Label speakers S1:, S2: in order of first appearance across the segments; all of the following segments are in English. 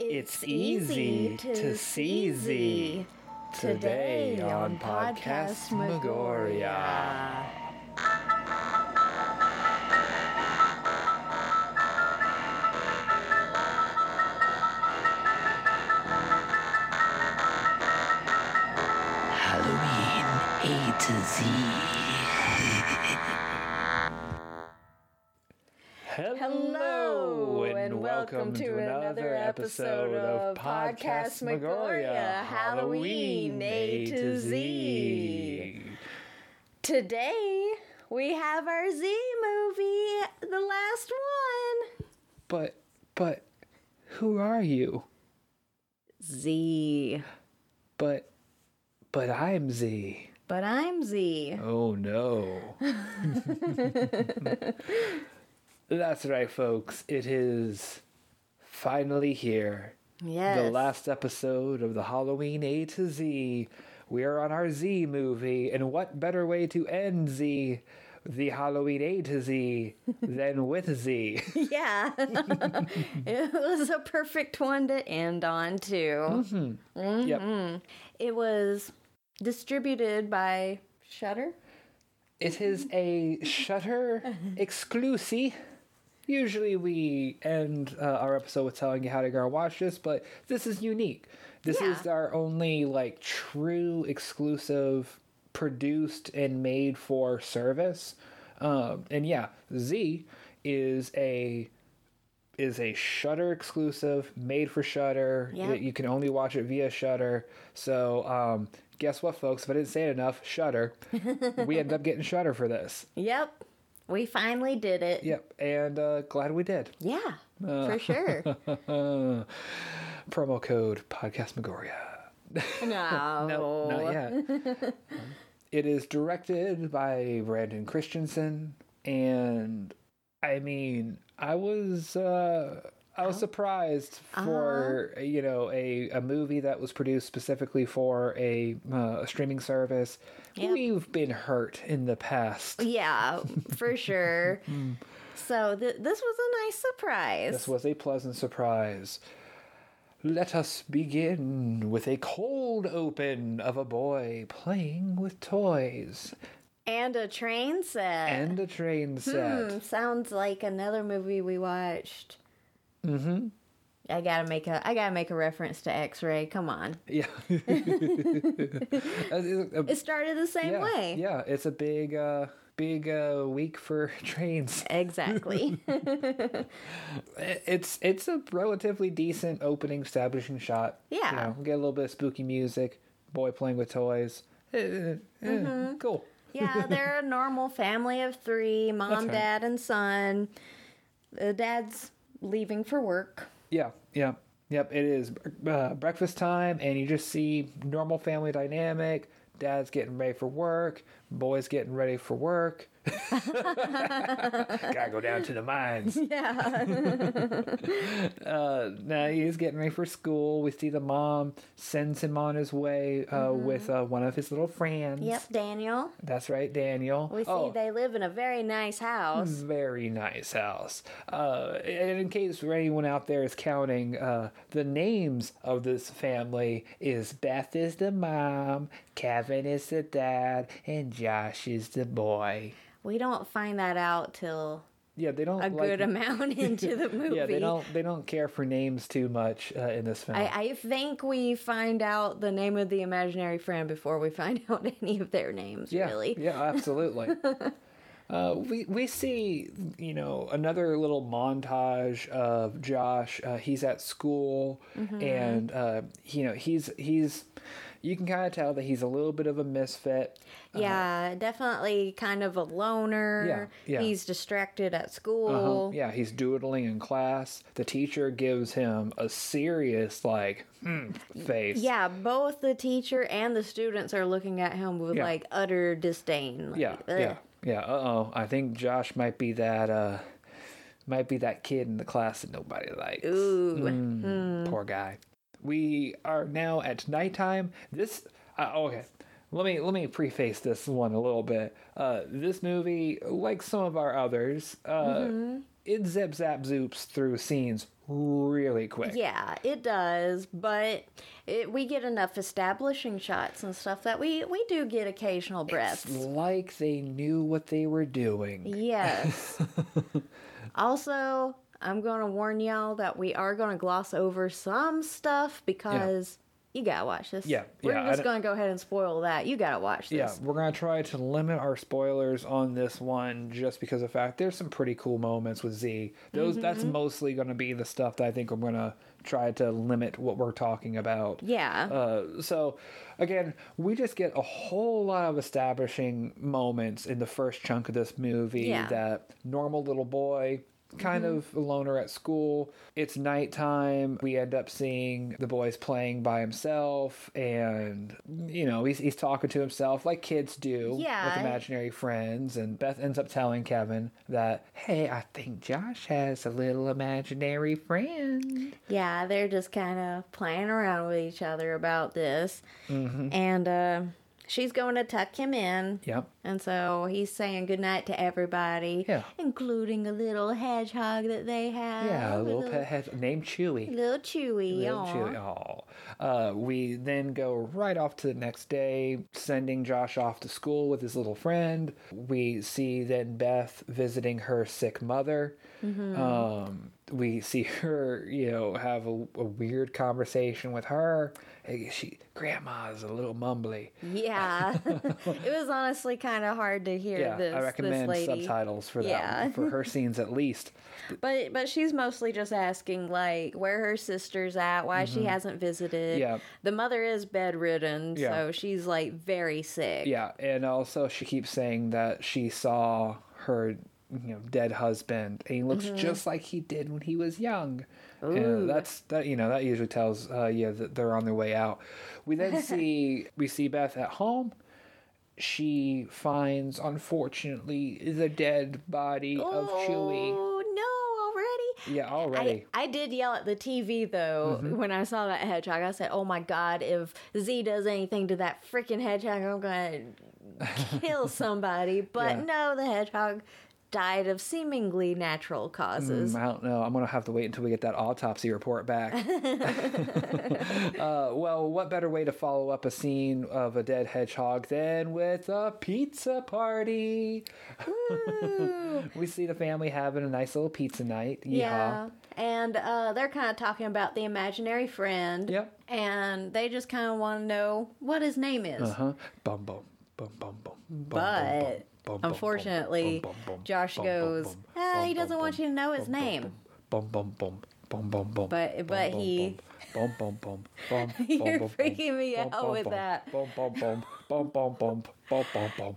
S1: It's easy to see Z. Today on Podcast Megoria. Halloween A to Z. Hello,
S2: Hello, and welcome to another episode of Podcast Megoria, Halloween A to Z. Today we have our Z movie, the last one.
S1: But, but, who are you?
S2: Z.
S1: But, but I'm Z.
S2: But I'm Z.
S1: Oh no. That's right, folks. It is finally here.
S2: Yes.
S1: The last episode of the Halloween A to Z. We are on our Z movie, and what better way to end Z, the Halloween A to Z, than with Z?
S2: Yeah. it was a perfect one to end on, too.
S1: Mm-hmm. Yep.
S2: It was distributed by Shutter.
S1: It is a Shutter exclusive. Usually we end uh, our episode with telling you how to go watch this, but this is unique. This
S2: Yeah.
S1: is our only like true exclusive produced and made for service. Um, and yeah, Z is a is a Shutter exclusive, made for Shutter.
S2: Yeah.
S1: You can only watch it via Shutter. So um, guess what, folks? If I didn't say it enough, Shutter. we ended up getting Shutter for this.
S2: Yep. We finally did it.
S1: Yep, and uh, glad we did.
S2: Yeah,
S1: Uh.
S2: for sure.
S1: Promo code Podcast Megoria.
S2: No.
S1: No, not yet. it is directed by Brandon Christensen, and I mean, I was uh, I was surprised for you know a, a movie that was produced specifically for a, uh, a streaming service.
S2: Yep. Oh,
S1: We've been hurt in the past.
S2: Yeah, for sure. so th- this was a nice surprise.
S1: Hmm. This was a pleasant surprise. Let us begin with a cold open of a boy playing with toys
S2: and a train set.
S1: and a train set.
S2: Hmm, sounds like another movie we watched. Mm-hmm. I gotta make a I gotta make a reference to X-Ray. Come on,
S1: Yeah. It's a-
S2: it started the same
S1: yeah,
S2: way.
S1: yeah, it's a big, uh, big uh, week for trains.
S2: Exactly.
S1: It's it's a relatively decent opening establishing shot.
S2: Yeah.
S1: you know, get a little bit of spooky music, boy playing with toys. Eh, eh, eh,
S2: Mm-hmm.
S1: Cool.
S2: yeah, they're a normal family of three: mom,
S1: right.
S2: dad, and son. The dad's leaving for work.
S1: Yeah, yeah, yep. It is uh, breakfast time, and you just see normal family dynamic. Dad's getting ready for work. Boy's getting ready for work. Gotta go down to the mines.
S2: Yeah.
S1: Uh, now he's getting ready for school. We see the mom sends him on his way uh, with uh, one of his little friends.
S2: Mm-hmm. yep, Daniel.
S1: That's right, Daniel.
S2: We see
S1: Oh,
S2: they live in a very nice house.
S1: very nice house. Uh, and in case anyone out there is counting, uh, the names of this family is Beth is the mom, Kevin is the dad, and Josh is the boy.
S2: We don't find that out till
S1: Yeah, they don't
S2: a
S1: like,
S2: good amount into the movie.
S1: Yeah, they don't they don't care for names too much uh, in this film.
S2: I, I think we find out the name of the imaginary friend before we find out any of their names,
S1: yeah,
S2: really.
S1: Yeah, absolutely. Uh, we we see you know another little montage of Josh. Uh, he's at school,
S2: Mm-hmm.
S1: and uh, you know he's he's you can kind of tell that he's a little bit of a misfit.
S2: Yeah, definitely kind of a loner.
S1: Yeah, yeah.
S2: He's distracted at
S1: Uh-huh.
S2: school.
S1: Yeah, he's doodling in class. The teacher gives him a serious like hmm, face.
S2: Yeah, both the teacher and the students are looking at him with
S1: Yeah.
S2: like utter disdain. Like,
S1: yeah,
S2: "Ugh."
S1: yeah, yeah. Uh oh, I think Josh might be that uh, might be that kid in the class that nobody likes.
S2: Ooh.
S1: Mm-hmm. Poor guy. We are now at nighttime. This uh, okay. Let me let me preface this one a little bit. Uh, this movie, like some of our others, uh, it zip zap zoops through scenes really quick.
S2: Yeah, it does, but it, we get enough establishing shots and stuff that we we do get occasional breaths.
S1: It's like they knew what they were doing.
S2: Yes. also, I'm going to warn y'all that we are going to gloss over some stuff because you got to watch this.
S1: Yeah,
S2: We're
S1: yeah, I
S2: just
S1: don't-
S2: going to go ahead and spoil that. You got to watch
S1: Yeah,
S2: this.
S1: we're gonna try to limit our spoilers on this one just because of fact there's some pretty cool moments with Z. Those that's mostly gonna be the stuff that I think I'm gonna try to limit what we're talking about.
S2: Yeah.
S1: Uh, so again, we just get a whole lot of establishing moments in the first chunk of this movie
S2: Yeah.
S1: that normal little boy kind of a loner at school it's nighttime we end up seeing the boys playing by himself and you know he's, he's talking to himself like kids do
S2: Yeah.
S1: with imaginary friends and beth ends up telling kevin that hey i think josh has a little imaginary friend
S2: yeah, they're just kind of playing around with each other about this.
S1: Mm-hmm.
S2: And uh, she's going to tuck him in.
S1: yep
S2: And so he's saying goodnight to everybody,
S1: Yeah.
S2: including a little hedgehog that they have.
S1: yeah a little pet has named chewy
S2: Little Chewy.
S1: Little
S2: aw.
S1: Chewy. Aw. Uh, we then go right off to the next day, sending Josh off to school with his little friend. We see then Beth visiting her sick mother.
S2: Mm-hmm.
S1: Um, we see her, you know, have a, a weird conversation with her. Hey, She, grandma's a little mumbly.
S2: Yeah. it was honestly kind of hard to hear
S1: Yeah,
S2: this,
S1: I
S2: this
S1: recommend
S2: lady.
S1: subtitles for that
S2: Yeah.
S1: one, for her scenes at least.
S2: But but she's mostly just asking like where her sister's at, why she hasn't visited.
S1: Mm-hmm. Yeah.
S2: The mother is bedridden,
S1: Yeah.
S2: so she's like very sick.
S1: Yeah, and also she keeps saying that she saw her, you know, dead husband, and he looks just like he did when he was young. And that's that. You know, that usually tells uh, yeah that they're on their way out. We then see we see Beth at home. She finds, unfortunately, the dead body of Chewie.
S2: Oh no, already?
S1: Yeah, already.
S2: Oh. I, I did yell at the TV though
S1: Mm-hmm.
S2: when I saw that hedgehog. I said, "Oh my god, if Z does anything to that freaking hedgehog, I'm gonna kill somebody." But
S1: Yeah.
S2: no, the hedgehog died of seemingly natural causes.
S1: Mm, I don't know. I'm gonna have to wait until we get that autopsy report back. uh, well, what better way to follow up a scene of a dead hedgehog than with a pizza party? we see the family having a nice little pizza night. Yeehaw.
S2: Yeah. And uh, they're kind of talking about the imaginary friend.
S1: Yep.
S2: And they just kind of want to know what his name is.
S1: Uh huh. Bum bum bum bum bum. bum, bum, bum,
S2: But
S1: bum, bum,
S2: unfortunately,
S1: bum, bum, bum,
S2: Josh
S1: bum, bum,
S2: goes,
S1: bum,
S2: ah, he
S1: bum,
S2: doesn't
S1: bum,
S2: want you to know his
S1: bum, bum,
S2: name.
S1: Bum bum bum bum bum bum.
S2: But-
S1: bum,
S2: but
S1: bum,
S2: he-
S1: bum bum bum bum. bum,
S2: You're
S1: bum, bum,
S2: freaking me
S1: bum,
S2: out
S1: bum,
S2: with
S1: bum,
S2: that.
S1: Bum bum bum bum bum bum bum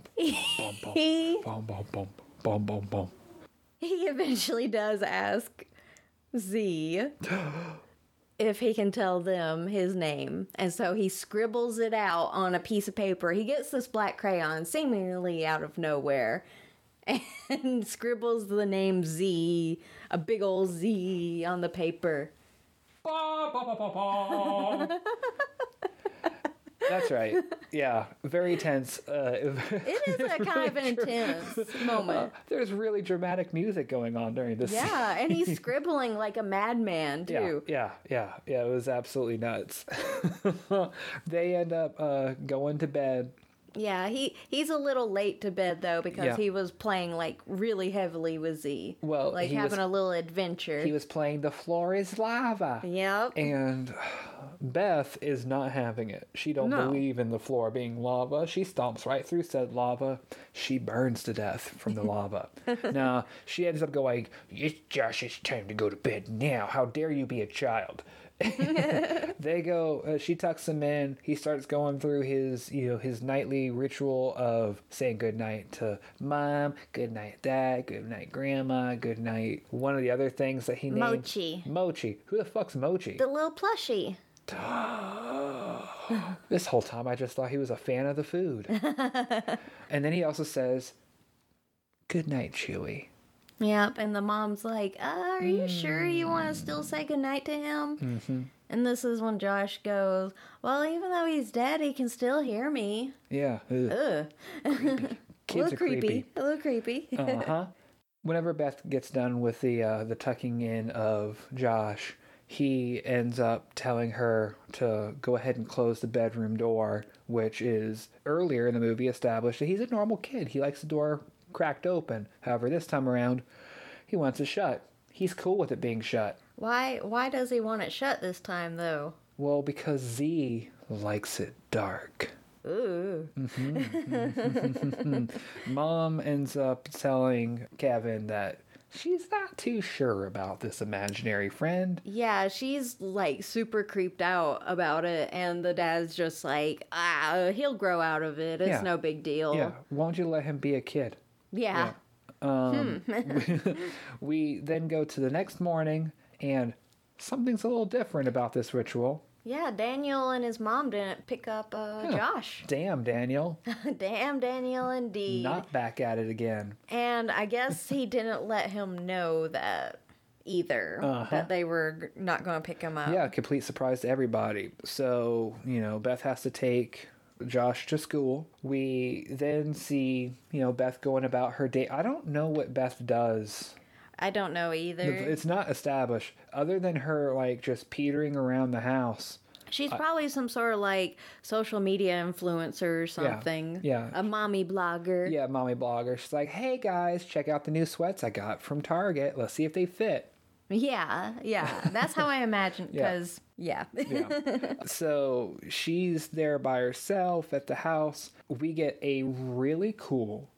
S1: bum bum bum bum
S2: He
S1: bum bum bum bum bum bum.
S2: he eventually does ask Z if he can tell them his name. And so he scribbles it out on a piece of paper. He gets this black crayon seemingly out of nowhere and scribbles the name Z, a big old Z on the paper.
S1: Ba, ba, ba, ba, ba. That's right. Yeah, very tense. Uh,
S2: It is a kind of intense moment.
S1: there's really dramatic music going on during this. scene.
S2: Yeah, and he's scribbling like a madman, too.
S1: Yeah, yeah, yeah, yeah. It was absolutely nuts. they end up uh, going to bed.
S2: Yeah, he he's a little late to bed though because
S1: Yeah.
S2: he was playing like really heavily with Z.
S1: Well,
S2: like
S1: he was-
S2: having a little adventure.
S1: He was playing "The Floor Is Lava,"
S2: yep.
S1: and Beth is not having it. She don't
S2: No.
S1: believe in the floor being lava. She stomps right through said lava. She burns to death from the lava. now she ends up going, "Yes, Josh, it's time to go to bed now. How dare you be a child?" they go uh, she tucks him in he starts going through his you know his nightly ritual of saying goodnight to mom goodnight dad goodnight grandma goodnight one of the other things that he named
S2: Mochi.
S1: mochi who the fuck's mochi
S2: the little plushie.
S1: this whole time i just thought he was a fan of the food and then he also says goodnight chewy
S2: Yep. And the mom's like, uh, "Are you sure you
S1: Mm.
S2: want to still say goodnight to him?" Mm-hmm. And this is when Josh goes, "Well, even though he's dead, he can still hear me."
S1: yeah ugh.
S2: Ugh.
S1: kids are creepy,
S2: A little creepy.
S1: uh-huh whenever Beth gets done with the uh, the tucking in of Josh, he ends up telling her to go ahead and close the bedroom door, which is earlier in the movie established that he's a normal kid. He likes the door cracked open. However, this time around, he wants it shut. He's cool with it being shut.
S2: Why why does he want it shut this time though?
S1: Well, because Z likes it dark. Mm-hmm.
S2: Ooh.
S1: Mom ends up telling Kevin that she's not too sure about this imaginary friend.
S2: Yeah, she's like super creeped out about it and the dad's just like, "Ah, he'll grow out of it. It's
S1: Yeah.
S2: no big deal."
S1: Yeah, won't you let him be a kid?
S2: Yeah.
S1: Um, we then go to the next morning, and something's a little different about this ritual.
S2: Yeah, Daniel and his mom didn't pick up uh, Josh.
S1: Damn, Daniel,
S2: Damn, Daniel, indeed.
S1: not back at it again.
S2: And I guess he didn't let him know that either, that they were g- not going to pick him up.
S1: Uh-huh. Yeah, complete surprise to everybody. So, you know, Beth has to take Josh to school. We then see, you know, Beth going about her day. I don't know what Beth does.
S2: I don't know either.
S1: It's not established, other than her, like, just petering around the house.
S2: She's probably some sort of like social media influencer or something.
S1: yeah.
S2: A mommy blogger.
S1: Yeah, mommy blogger. She's like, hey guys, check out the new sweats I got from Target. Let's see if they fit.
S2: Yeah. yeah. That's how I imagine.
S1: Yeah.
S2: Because, yeah.
S1: Yeah. so she's there by herself at the house. We get a really cool,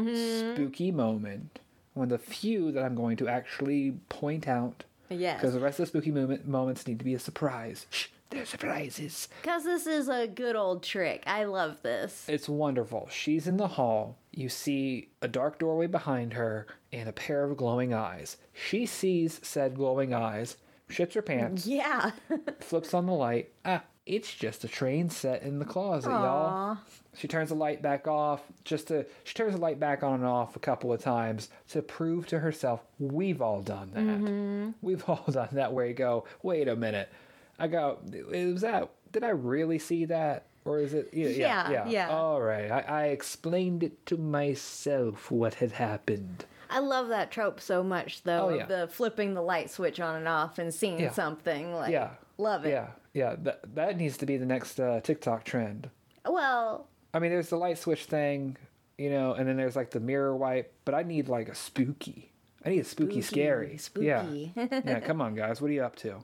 S1: spooky moment. One of the few that I'm going to actually point out
S2: yes.
S1: because the rest of the spooky moment, moments need to be a surprise. Shh, they're surprises.
S2: Because this is a good old trick. I love this.
S1: It's wonderful. She's in the hall. You see a dark doorway behind her and a pair of glowing eyes. She sees said glowing eyes, shits her pants,
S2: Yeah.
S1: flips on the light. Ah, it's just a train set in the closet, y'all. She turns the light back off just to she turns the light back on and off a couple of times to prove to herself we've all done that.
S2: Mm-hmm.
S1: We've all done that where you go, wait a minute. I go, is that did I really see that? Or is it yeah, yeah,
S2: Yeah,
S1: yeah.
S2: yeah.
S1: All right. I, I explained it to myself what had happened.
S2: I love that trope so much, though,
S1: Oh,
S2: of
S1: yeah.
S2: the flipping the light switch on and off and seeing
S1: Yeah.
S2: something. Like,
S1: Yeah.
S2: love it.
S1: Yeah. Yeah. That that needs to be the next uh, TikTok trend.
S2: Well,
S1: I mean, there's the light switch thing, you know, and then there's like the mirror wipe. But I need like a spooky. I need a spooky, scary.
S2: spooky.
S1: Yeah. yeah. Come on, guys. What are you up to?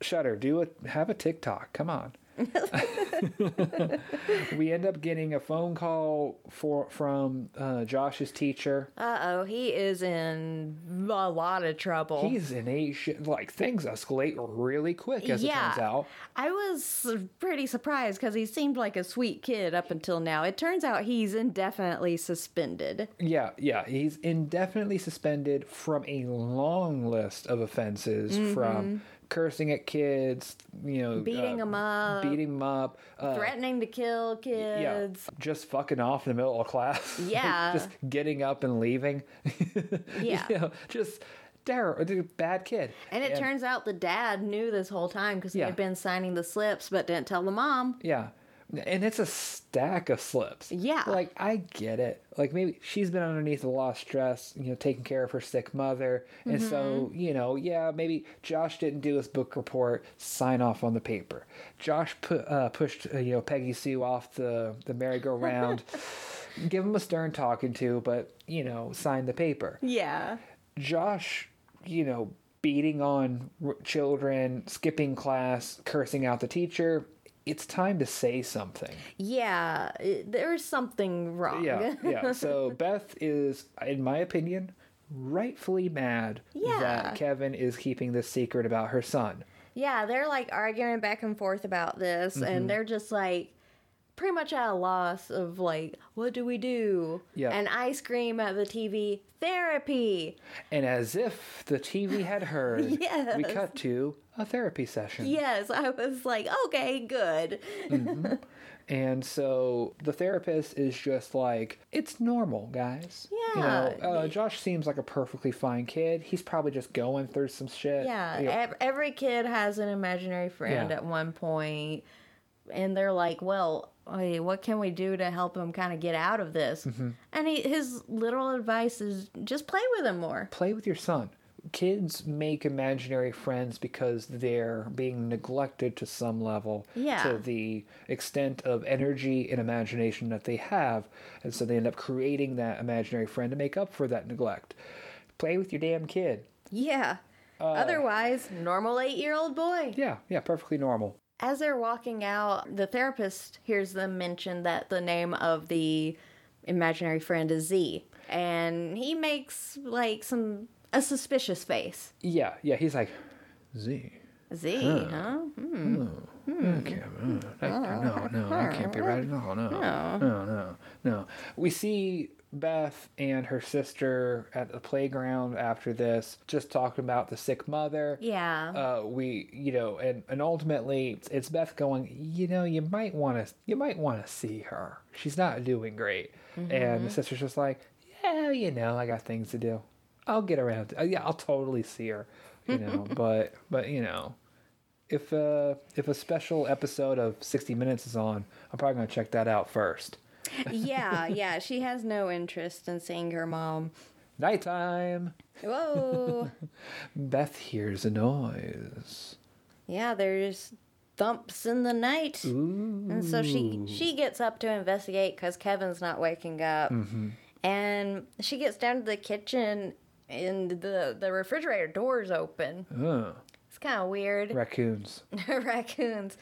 S1: Shutter. Do a have a TikTok. Come on. we end up getting a phone call for from uh, Josh's teacher.
S2: uh oh, he is in a lot of trouble.
S1: He's in a shit. Like things escalate really quick, as
S2: Yeah.
S1: it turns out.
S2: I was pretty surprised because he seemed like a sweet kid up until now. It turns out he's indefinitely suspended.
S1: Yeah, yeah. He's indefinitely suspended from a long list of offenses from cursing at kids, you know,
S2: Mm-hmm.
S1: uh,
S2: Beating 'em up.
S1: beating them up, uh,
S2: Threatening to kill
S1: yeah,
S2: kids.
S1: just fucking off in the middle of class.
S2: Yeah.
S1: just getting up and leaving.
S2: Yeah.
S1: You know, just terror, dude, bad kid.
S2: And it turns out the dad knew this whole time because he
S1: Yeah.
S2: had been signing the slips but didn't tell the mom.
S1: Yeah. And it's a stack of slips.
S2: Yeah.
S1: Like, I get it. Like, maybe she's been underneath a lot of stress, you know, taking care of her sick mother. And so, you know, yeah, maybe Josh didn't do his book report, sign off on the paper. Josh pu- uh, pushed, uh, you know, Peggy Sue off the, the merry-go-round, give him a stern talking to, but, you know, sign the paper.
S2: Yeah.
S1: Josh, you know, beating on r- children, skipping class, cursing out the teacher, it's time to say something.
S2: Yeah. it- There's something wrong.
S1: Yeah, yeah. So Beth is, in my opinion, rightfully mad
S2: Yeah.
S1: that Kevin is keeping this secret about her son.
S2: Yeah, they're like arguing back and forth about this,
S1: Mm-hmm.
S2: and they're just like pretty much at a loss of like, what do we do?
S1: Yeah.
S2: And I scream at the TV, therapy.
S1: And as if the TV had heard, we
S2: Yes.
S1: cut to a therapy session.
S2: Yes, I was like, okay, good.
S1: And so the therapist is just like, it's normal, guys. You
S2: Yeah.
S1: know, uh, Josh seems like a perfectly fine kid. He's probably just going through some shit.
S2: Yeah, eh
S1: You know,
S2: ev- every kid has an imaginary friend
S1: Yeah.
S2: at one point, and they're like, well, hey, what can we do to help him kind of get out of this?
S1: Mm-hmm.
S2: And he, his literal advice is just play with him more.
S1: Play with your son. Kids make imaginary friends because they're being neglected to some level
S2: Yeah.
S1: to the extent of energy and imagination that they have. And so they end up creating that imaginary friend to make up for that neglect. Play with your damn kid.
S2: Yeah.
S1: Uh.
S2: Otherwise, normal eight year old boy.
S1: Yeah, yeah, perfectly normal.
S2: As they're walking out, the therapist hears them mention that the name of the imaginary friend is Z. And he makes like some a suspicious face.
S1: Yeah, yeah, he's like, Z.
S2: Z, huh? Hmm?
S1: Okay, uh, that- no, no, that can't be right at all. No, no, no, no. We see Beth and her sister at the playground after this, just talking about the sick mother.
S2: Yeah.
S1: Uh, we, you know, and, and ultimately it's- it's Beth going. You know, you might want to, you might want to see her. She's not doing great, and the sister's just like, yeah, you know, I got things to do. I'll get around. To, yeah, I'll totally see her. You know, but but you know, if uh if a special episode of 60 minutes is on i'm probably gonna check that out first
S2: yeah, yeah. She has no interest in seeing her mom.
S1: nighttime
S2: Whoa.
S1: beth hears a noise
S2: yeah, there's thumps in the night.
S1: Ooh.
S2: And so she she gets up to investigate because Kevin's not waking up, and she gets down to the kitchen, and the the refrigerator door's open.
S1: Huh.
S2: It's kind of weird.
S1: raccoons
S2: Raccoons.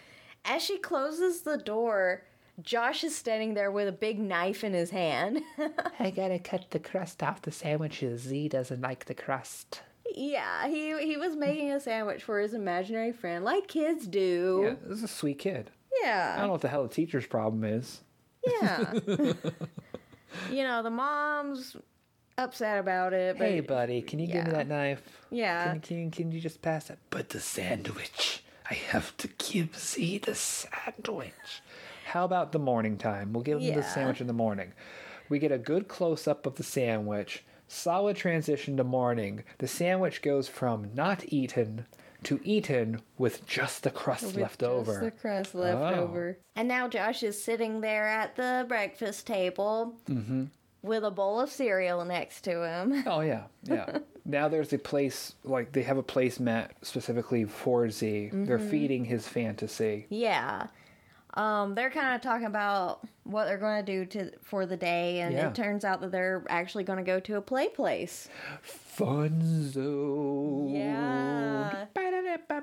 S2: As she closes the door, Josh is standing there with a big knife in his hand.
S1: i gotta cut the crust off the sandwiches z doesn't like the crust
S2: yeah, he he was making a sandwich for his imaginary friend, like kids do.
S1: yeah this is a sweet kid i
S2: Yeah.
S1: don't know what the hell the teacher's problem is
S2: Yeah. you know, the mom's upset about it, but
S1: hey buddy can you give me
S2: yeah.
S1: that knife
S2: Yeah.
S1: can, can, can you just pass that but the sandwich i have to give z the sandwich how about the morning time we'll give him the
S2: Yeah.
S1: sandwich in the morning we get a good close-up of the sandwich solid transition to morning the sandwich goes from not eaten to eaten with just the crust left over
S2: the crust left
S1: Oh.
S2: over. And now Josh is sitting there at the breakfast table
S1: Mm-hmm.
S2: with a bowl of cereal next to him.
S1: Oh yeah, yeah. now there's a place like they have a placemat specifically for Z. They're
S2: Mm-hmm.
S1: feeding his fantasy.
S2: Yeah. Um, they're kind of talking about what they're going to do to for the day, and
S1: Yeah.
S2: it turns out that they're actually going to go to a play place.
S1: Fun zone.
S2: Yeah. You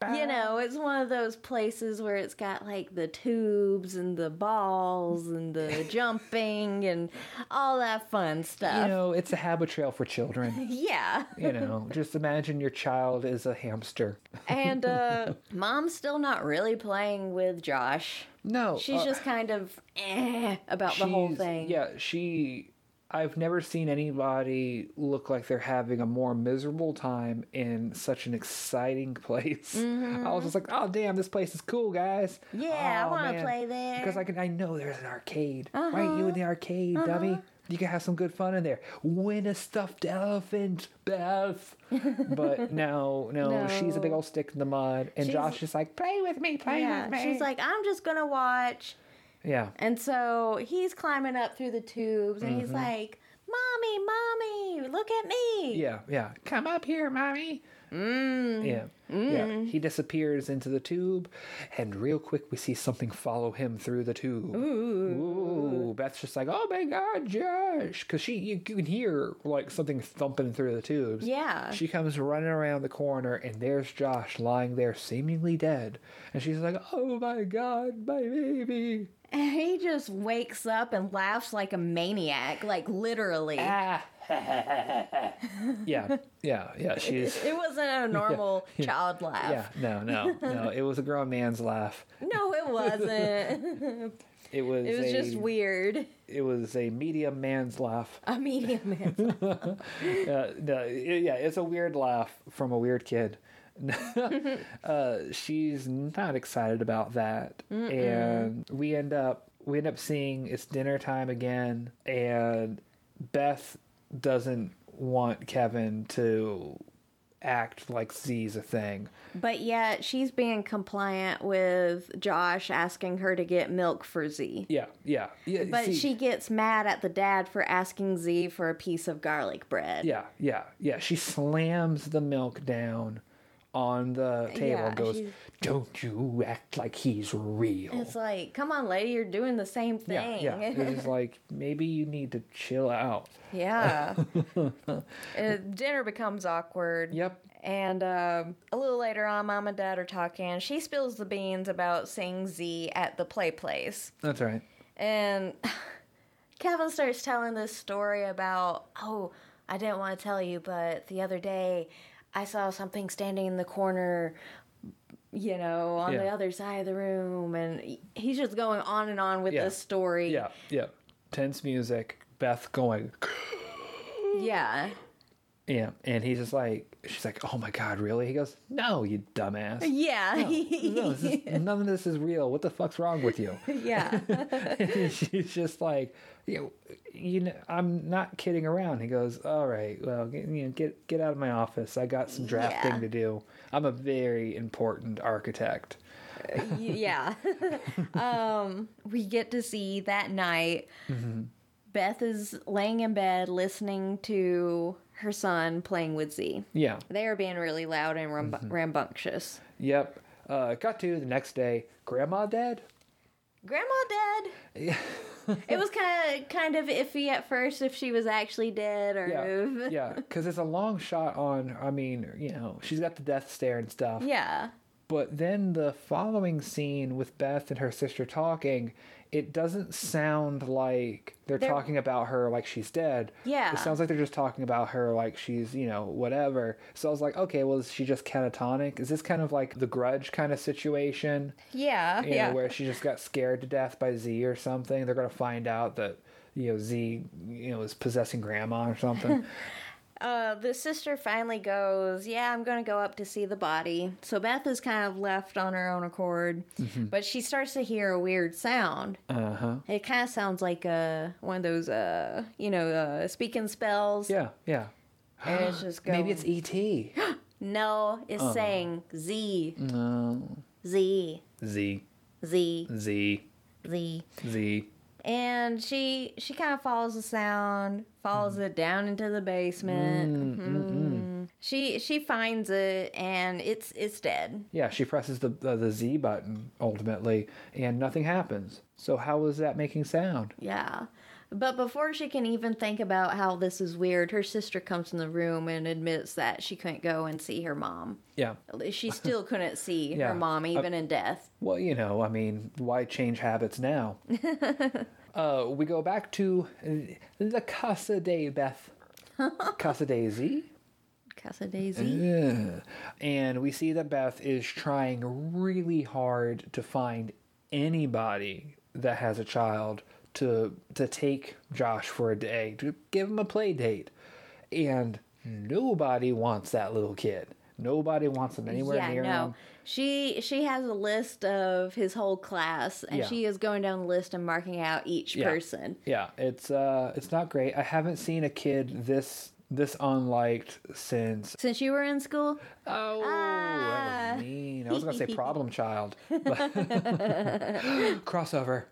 S1: Uh-huh.
S2: know, it's one of those places where it's got like the tubes and the balls and the jumping and all that fun
S1: You
S2: stuff.
S1: know, it's a habit trail for children.
S2: Yeah.
S1: You know, just imagine your child is a hamster.
S2: And uh, mom's still not really playing with Josh.
S1: No,
S2: She's
S1: uh,
S2: just kind of eh about the whole
S1: she's-
S2: thing.
S1: Yeah, she. I've never seen anybody look like they're having a more miserable time in such an exciting place. I was just like, oh damn, this place is cool, guys.
S2: Mm-hmm. Yeah, I
S1: Oh,
S2: wanna
S1: man."
S2: play there. Uh-huh.
S1: because I can. I know there's an arcade, right? You in the arcade, dummy. You can have some good fun in there. Win a stuffed elephant, Beth. But no, no, she's a big
S2: No.
S1: old stick in the mud, and
S2: She's-
S1: Josh is like, play with me, play
S2: Yeah,
S1: with me.
S2: she's like, I'm just gonna watch.
S1: yeah,
S2: And so he's climbing up through the tubes and
S1: Mm-hmm.
S2: he's like, Mommy, Mommy, look at me.
S1: yeah, yeah. Come up here, mommy.
S2: Mm.
S1: Yeah. Yeah. He disappears into the tube, and real quick we see something follow him through the tube. Ooh. Beth's just like, oh my god, Josh. Because she, you, you can hear like something thumping through the tubes.
S2: Yeah.
S1: She comes running around the corner, and there's Josh lying there, seemingly dead. And she's like, oh my god, my baby.
S2: And he just wakes up and laughs like a maniac, like literally.
S1: Ah. yeah. Yeah. Yeah. She's.
S2: It wasn't a normal child laugh.
S1: Yeah, no, no, no. It was a grown man's laugh.
S2: No, it wasn't.
S1: It was.
S2: it was
S1: a,
S2: just weird.
S1: it was a medium man's laugh.
S2: A medium man.
S1: Uh, no, it- yeah, it's a weird laugh from a weird kid. uh, she's not excited about that, and we end up we end up seeing it's dinner time again, and Beth doesn't want Kevin to act like Z's a thing.
S2: But yet she's being compliant with Josh asking her to get milk for Z.
S1: Yeah, yeah, yeah.
S2: But
S1: see-
S2: she gets mad at the dad for asking Z for a piece of garlic bread.
S1: Yeah, yeah, yeah. She slams the milk down on the table
S2: Yeah,
S1: and goes,
S2: she's-
S1: "Don't you act like he's real."
S2: It's like, come on, lady, you're doing the same
S1: Yeah,
S2: thing.
S1: yeah. It's just like maybe you need to chill out.
S2: Yeah. Uh, dinner becomes awkward.
S1: Yep.
S2: And um a little later on, mom and dad are talking. She spills the beans about seeing Z at the play place.
S1: That's right.
S2: And Kevin starts telling this story about, oh, I didn't want to tell you, but the other day I saw something standing in the corner, you know, on the
S1: Yeah.
S2: other side of the room. And he- he's just going on and on with
S1: Yeah.
S2: this story.
S1: Yeah, yeah. Tense music. Beth going,
S2: Yeah.
S1: yeah, and he's just like, she's like, "Oh my god, really?" He goes, "No, you dumbass."
S2: Yeah.
S1: No, this is, none of this is real. What the fuck's wrong with you?
S2: yeah.
S1: And she's just like, you, you know, I'm not kidding around. He goes, all right, well, get, you know, get get out of my office. I got some drafting
S2: Yeah.
S1: to do. I'm a very important architect.
S2: yeah. um, we get to see that night. Beth is laying in bed listening to her son playing with Z.
S1: Yeah.
S2: They are being really loud and ramb- rambunctious.
S1: Yep. Uh, got to the next day. Grandma dead.
S2: Grandma dead. it was kind of kind of iffy at first if she was actually dead or
S1: Yeah.
S2: if-
S1: yeah. Because it's a long shot on. I mean, you know, she's got the death stare and stuff.
S2: yeah.
S1: But then the following scene with Beth and her sister talking, it doesn't sound like they're,
S2: They're-
S1: talking about her like she's dead.
S2: Yeah.
S1: It sounds like they're just talking about her like she's, you know, whatever. So I was like, okay, well, is she just catatonic? Is this kind of like the grudge kind of situation?
S2: Yeah.
S1: You
S2: yeah.
S1: know, where she just got scared to death by Z or something? They're going to find out that, you know, Z, you know, is possessing grandma or something.
S2: Uh, the sister finally goes, Yeah, I'm going to go up to see the body. So Beth is kind of left on her own accord,
S1: Mm-hmm.
S2: but she starts to hear a weird sound.
S1: uh huh.
S2: It kind of sounds like uh, one of those, uh, you know, uh, speaking spells.
S1: Yeah, yeah.
S2: And it's just going,
S1: Maybe it's E Uh-huh. E.T.
S2: No, it's saying Z,
S1: no.
S2: Z,
S1: Z,
S2: Z,
S1: Z,
S2: Z.
S1: Z.
S2: And she she kind of follows the sound, follows
S1: Mm-hmm.
S2: it down into the basement.
S1: Mm,
S2: Mhm. She she finds it and it's it's dead.
S1: Yeah, she presses the uh, the Z button ultimately, and nothing happens. So how is that making sound?
S2: Yeah. But before she can even think about how this is weird, her sister comes in the room and admits that she couldn't go and see her mom.
S1: Yeah.
S2: She still couldn't see
S1: Yeah.
S2: her mom,
S1: Uh,
S2: even in death.
S1: Well, you know, I mean, why change habits now? uh, we go back to uh, the Casa de Beth, Casa de Z,
S2: Casa Daisy.
S1: Yeah. and we see that Beth is trying really hard to find anybody that has a child to to take Josh for a day, to give him a play date. And nobody wants that little kid. Nobody wants him anywhere
S2: yeah,
S1: near
S2: no.
S1: him.
S2: She she has a list of his whole class, and
S1: Yeah.
S2: she is going down the list and marking out each
S1: Yeah.
S2: person.
S1: Yeah, it's uh it's not great. I haven't seen a kid this this unliked since
S2: Since you were in school,
S1: Oh, that was mean. I was gonna say problem child. But crossover.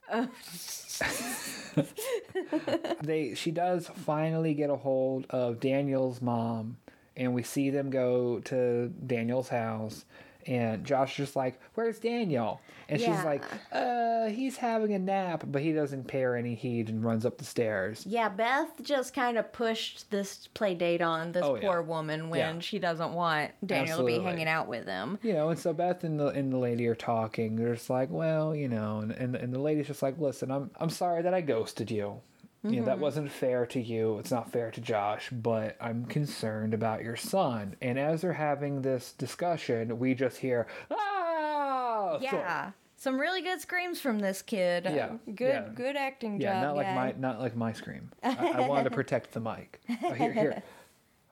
S1: they she does finally get a hold of Daniel's mom, and we see them go to Daniel's house. And Josh is just like, "Where's Daniel?" And
S2: Yeah.
S1: she's like, "Uh, he's having a nap," but he doesn't pay her any heed and runs up the stairs.
S2: yeah, Beth just kind of pushed this play date on this
S1: Oh, yeah.
S2: poor woman when
S1: Yeah.
S2: she doesn't want Daniel to
S1: Absolutely.
S2: be hanging out with him.
S1: you know, and so Beth and the and the lady are talking. They're just like, well, you know, and and, and the lady's just like, listen, I'm I'm sorry that I ghosted you. You know, that wasn't fair to you. It's not fair to Josh, but I'm concerned about your son. And as they're having this discussion, we just hear, ah, So-
S2: Yeah. Some really good screams from this kid.
S1: Yeah,
S2: Good
S1: yeah.
S2: good acting
S1: yeah,
S2: job.
S1: not like
S2: guy.
S1: my not like my scream. I, I wanted to protect the mic. Oh, here, here,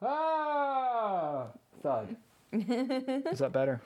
S1: ah, thud. Is that better?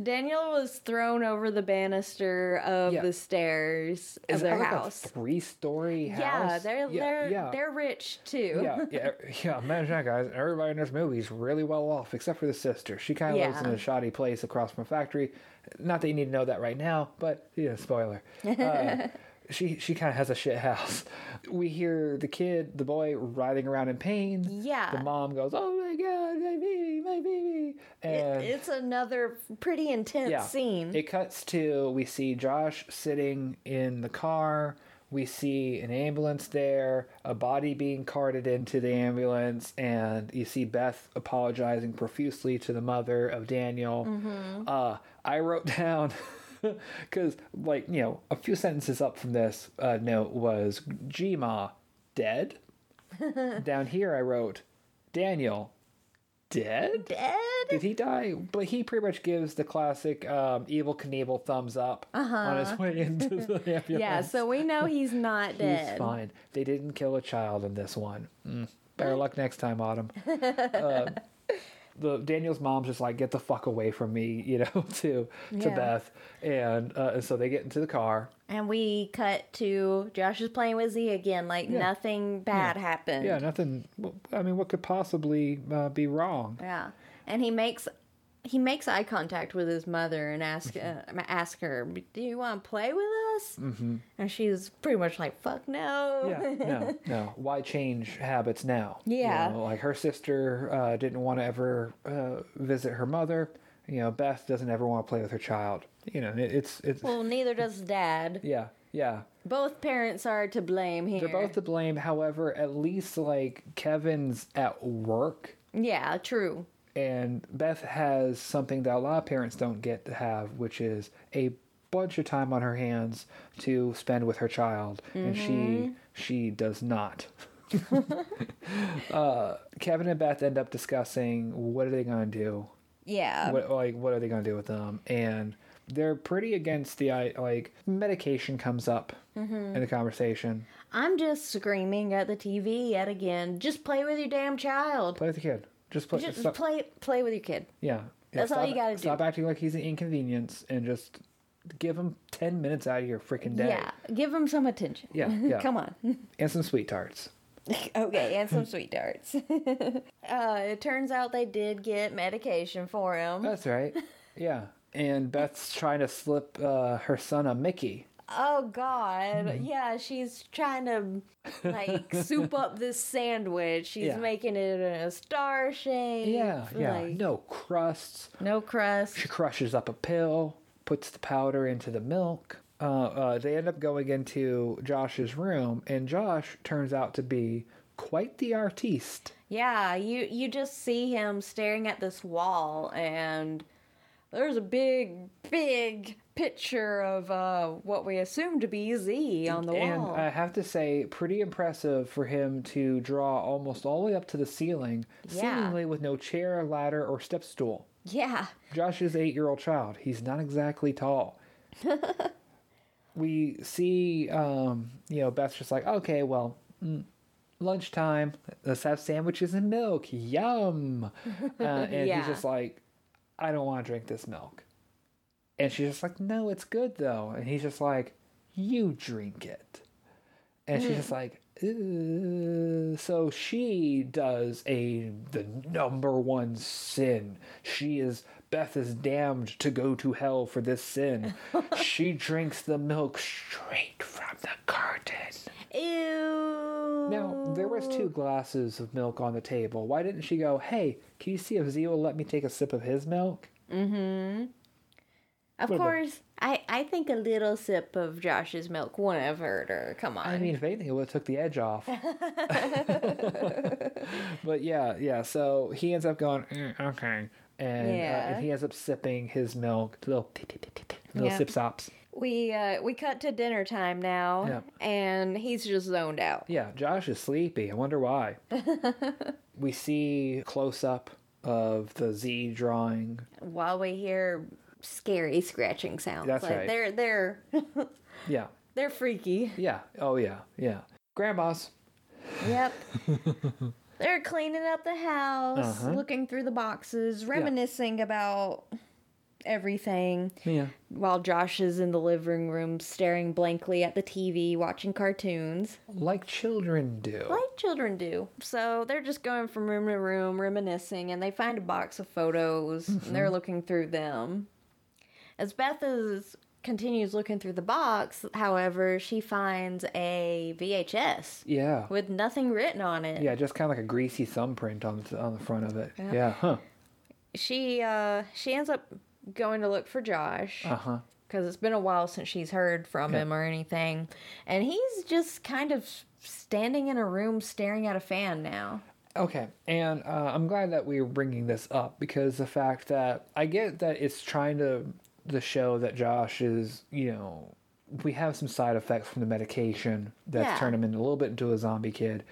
S2: Daniel was thrown over the banister of
S1: Yeah.
S2: the stairs of
S1: Is
S2: their
S1: that like
S2: house.
S1: a three-story house?
S2: Yeah, they're they're
S1: yeah.
S2: they're rich too.
S1: yeah, yeah, yeah. Imagine that, guys. Everybody in this movie is really well off, except for the sister. She kind of lives in
S2: Yeah.
S1: a shoddy place across from a factory. Not that you need to know that right now, but yeah, spoiler. Uh, she she kind of has a shit house. We hear the kid, the boy, writhing around in pain.
S2: Yeah.
S1: The mom goes, "Oh my god, my baby, my baby," and
S2: It's another pretty intense
S1: yeah.
S2: scene.
S1: It cuts to we see Josh sitting in the car. We see an ambulance there, a body being carted into the ambulance, and you see Beth apologizing profusely to the mother of Daniel. Uh, I wrote down because, like, you know, a few sentences up from this uh, note was Gma dead. down here, I wrote Daniel dead
S2: Dead?
S1: did he die? But he pretty much gives the classic um, evil Knievel thumbs up on his way into the ambulance.
S2: Yeah, so we know he's not dead.
S1: He's fine. They didn't kill a child in this one. Mm. Better luck next time, Autumn. uh, the Daniel's mom's just like, get the fuck away from me, you know, to to
S2: Yeah.
S1: Beth, and uh, and so they get into the car.
S2: And we cut to Josh is playing with Z again, like nothing bad happened.
S1: Yeah, nothing. I mean, what could possibly uh, be wrong?
S2: Yeah. And he makes he makes eye contact with his mother and ask uh,
S1: Mm-hmm.
S2: ask her, "Do you want to play with us?" Mm-hmm. And she's pretty much like, "Fuck no."
S1: yeah, no, no. Why change habits now? You
S2: Yeah.
S1: know, like her sister uh, didn't want to ever uh, visit her mother. You know, Beth doesn't ever want to play with her child. You know, it, it's it's
S2: Well, neither does dad.
S1: yeah, yeah.
S2: Both parents are to blame here.
S1: They're both to blame. However, at least like Kevin's at work,
S2: Yeah, true.
S1: and Beth has something that a lot of parents don't get to have, which is a bunch of time on her hands to spend with her child, and she she does not. uh, Kevin and Beth end up discussing what are they going to do,
S2: Yeah.
S1: what, like what are they going to do with them, and they're pretty against the I like medication comes up in the conversation.
S2: I'm just screaming at the TV yet again. Just play with your damn child.
S1: Play with the kid, just play.
S2: Just
S1: stop-
S2: play play with your kid.
S1: Yeah. Yeah,
S2: That's all
S1: stop-
S2: you gotta do.
S1: Stop acting like he's an inconvenience and just give him 10 minutes out of your freaking day.
S2: Yeah. Give him some attention.
S1: Yeah, yeah.
S2: Come on.
S1: And some sweet tarts.
S2: okay, and some sweet darts. uh, it turns out they did get medication for him.
S1: That's right. yeah. And Beth's trying to slip uh, her son a Mickey.
S2: Oh
S1: mm-hmm.
S2: God, yeah, she's trying to like soup up this sandwich. She's
S1: Yeah.
S2: making it in a star shape.
S1: Yeah, yeah.
S2: like, no.
S1: no crusts.
S2: crust.
S1: She crushes up a pill, puts the powder into the milk. Uh, uh, they end up going into Josh's room, and Josh turns out to be quite the artiste.
S2: Yeah, you you just see him staring at this wall, and there's a big, big picture of uh, what we assume to be Z on the
S1: And uh,
S2: wall.
S1: I have to say, pretty impressive for him to draw almost all the way up to the ceiling,
S2: Yeah.
S1: seemingly with no chair, ladder, or step stool.
S2: yeah,
S1: Josh is an eight year old child. He's not exactly tall. we see, um, you know, Beth's just like, okay, well, mm, lunchtime, let's have sandwiches and milk. Yum. Uh, and
S2: Yeah.
S1: he's just like, I don't want to drink this milk. And she's just like, no, it's good though. And he's just like, you drink it. And she's just like, "Ew." so she does a the number one sin. She is Beth is damned to go to hell for this sin. she drinks the milk straight from the curtain.
S2: Ew.
S1: Now there was two glasses of milk on the table. Why didn't she go? Hey, can you see if Z will let me take a sip of his milk?
S2: Of
S1: Would've been-
S2: course, I, I think a little sip of Josh's milk wouldn't have hurt her. Come on.
S1: I mean, if anything, it would have took the edge off. but yeah, yeah. So he ends up going "Mm, okay, and, uh,
S2: Yeah.
S1: and he ends up sipping his milk, little tip, tip, tip, tip, tip, little
S2: Yeah.
S1: sip sops.
S2: we uh, we cut to dinner time now,
S1: Yeah.
S2: and he's just zoned out.
S1: Yeah, Josh is sleepy. I wonder why. we see close up of the Z drawing.
S2: While we hear scary scratching sounds,
S1: That's
S2: like
S1: right.
S2: they're they're
S1: Yeah,
S2: they're freaky.
S1: yeah. Oh yeah, yeah. Grandma's.
S2: Yep. They're cleaning up the house,
S1: Uh-huh.
S2: looking through the boxes, reminiscing about everything
S1: Yeah.
S2: while Josh is in the living room staring blankly at the TV, watching cartoons.
S1: Like children do.
S2: Like children do. So they're just going from room to room, reminiscing, and they find a box of photos and they're looking through them. As Beth is continues looking through the box, however, she finds a VHS
S1: yeah.
S2: with nothing written on it.
S1: Yeah, just kind of like a greasy thumbprint on the, on the front of it. Yeah, huh.
S2: She uh she ends up going to look for Josh.
S1: Uh huh.
S2: because it's been a while since she's heard from him or anything. And he's just kind of standing in a room staring at a fan now.
S1: Okay, and uh, I'm glad that we're bringing this up because the fact that I get that it's trying to the show that Josh is, you know, we have some side effects from the medication that's
S2: Yeah.
S1: turned him into a little bit into a zombie kid.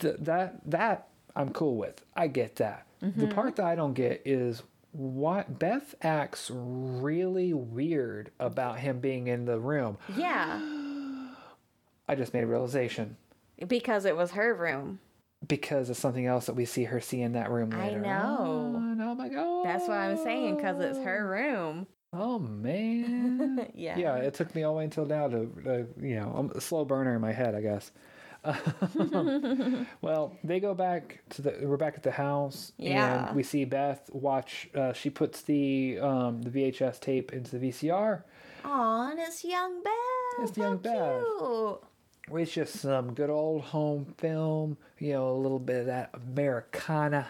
S1: Th- that that I'm cool with. I get that. The part that I don't get is what Beth acts really weird about him being in the room.
S2: Yeah,
S1: I just made a realization
S2: because it was her room.
S1: because of something else that we see her see in that room
S2: I
S1: later.
S2: know.
S1: on. Oh my god.
S2: That's what I'm saying because it's her room.
S1: Oh man.
S2: Yeah.
S1: yeah, it took me all the way until now to, to you know, I'm a slow burner in my head, I guess. well, they go back to the we're back at the house
S2: Yeah.
S1: and we see Beth watch uh, she puts the um, the VHS tape into the VCR.
S2: Aw, and it's young Beth.
S1: It's young Beth.
S2: Beth.
S1: It's just some good old home film, you know, a little bit of that Americana.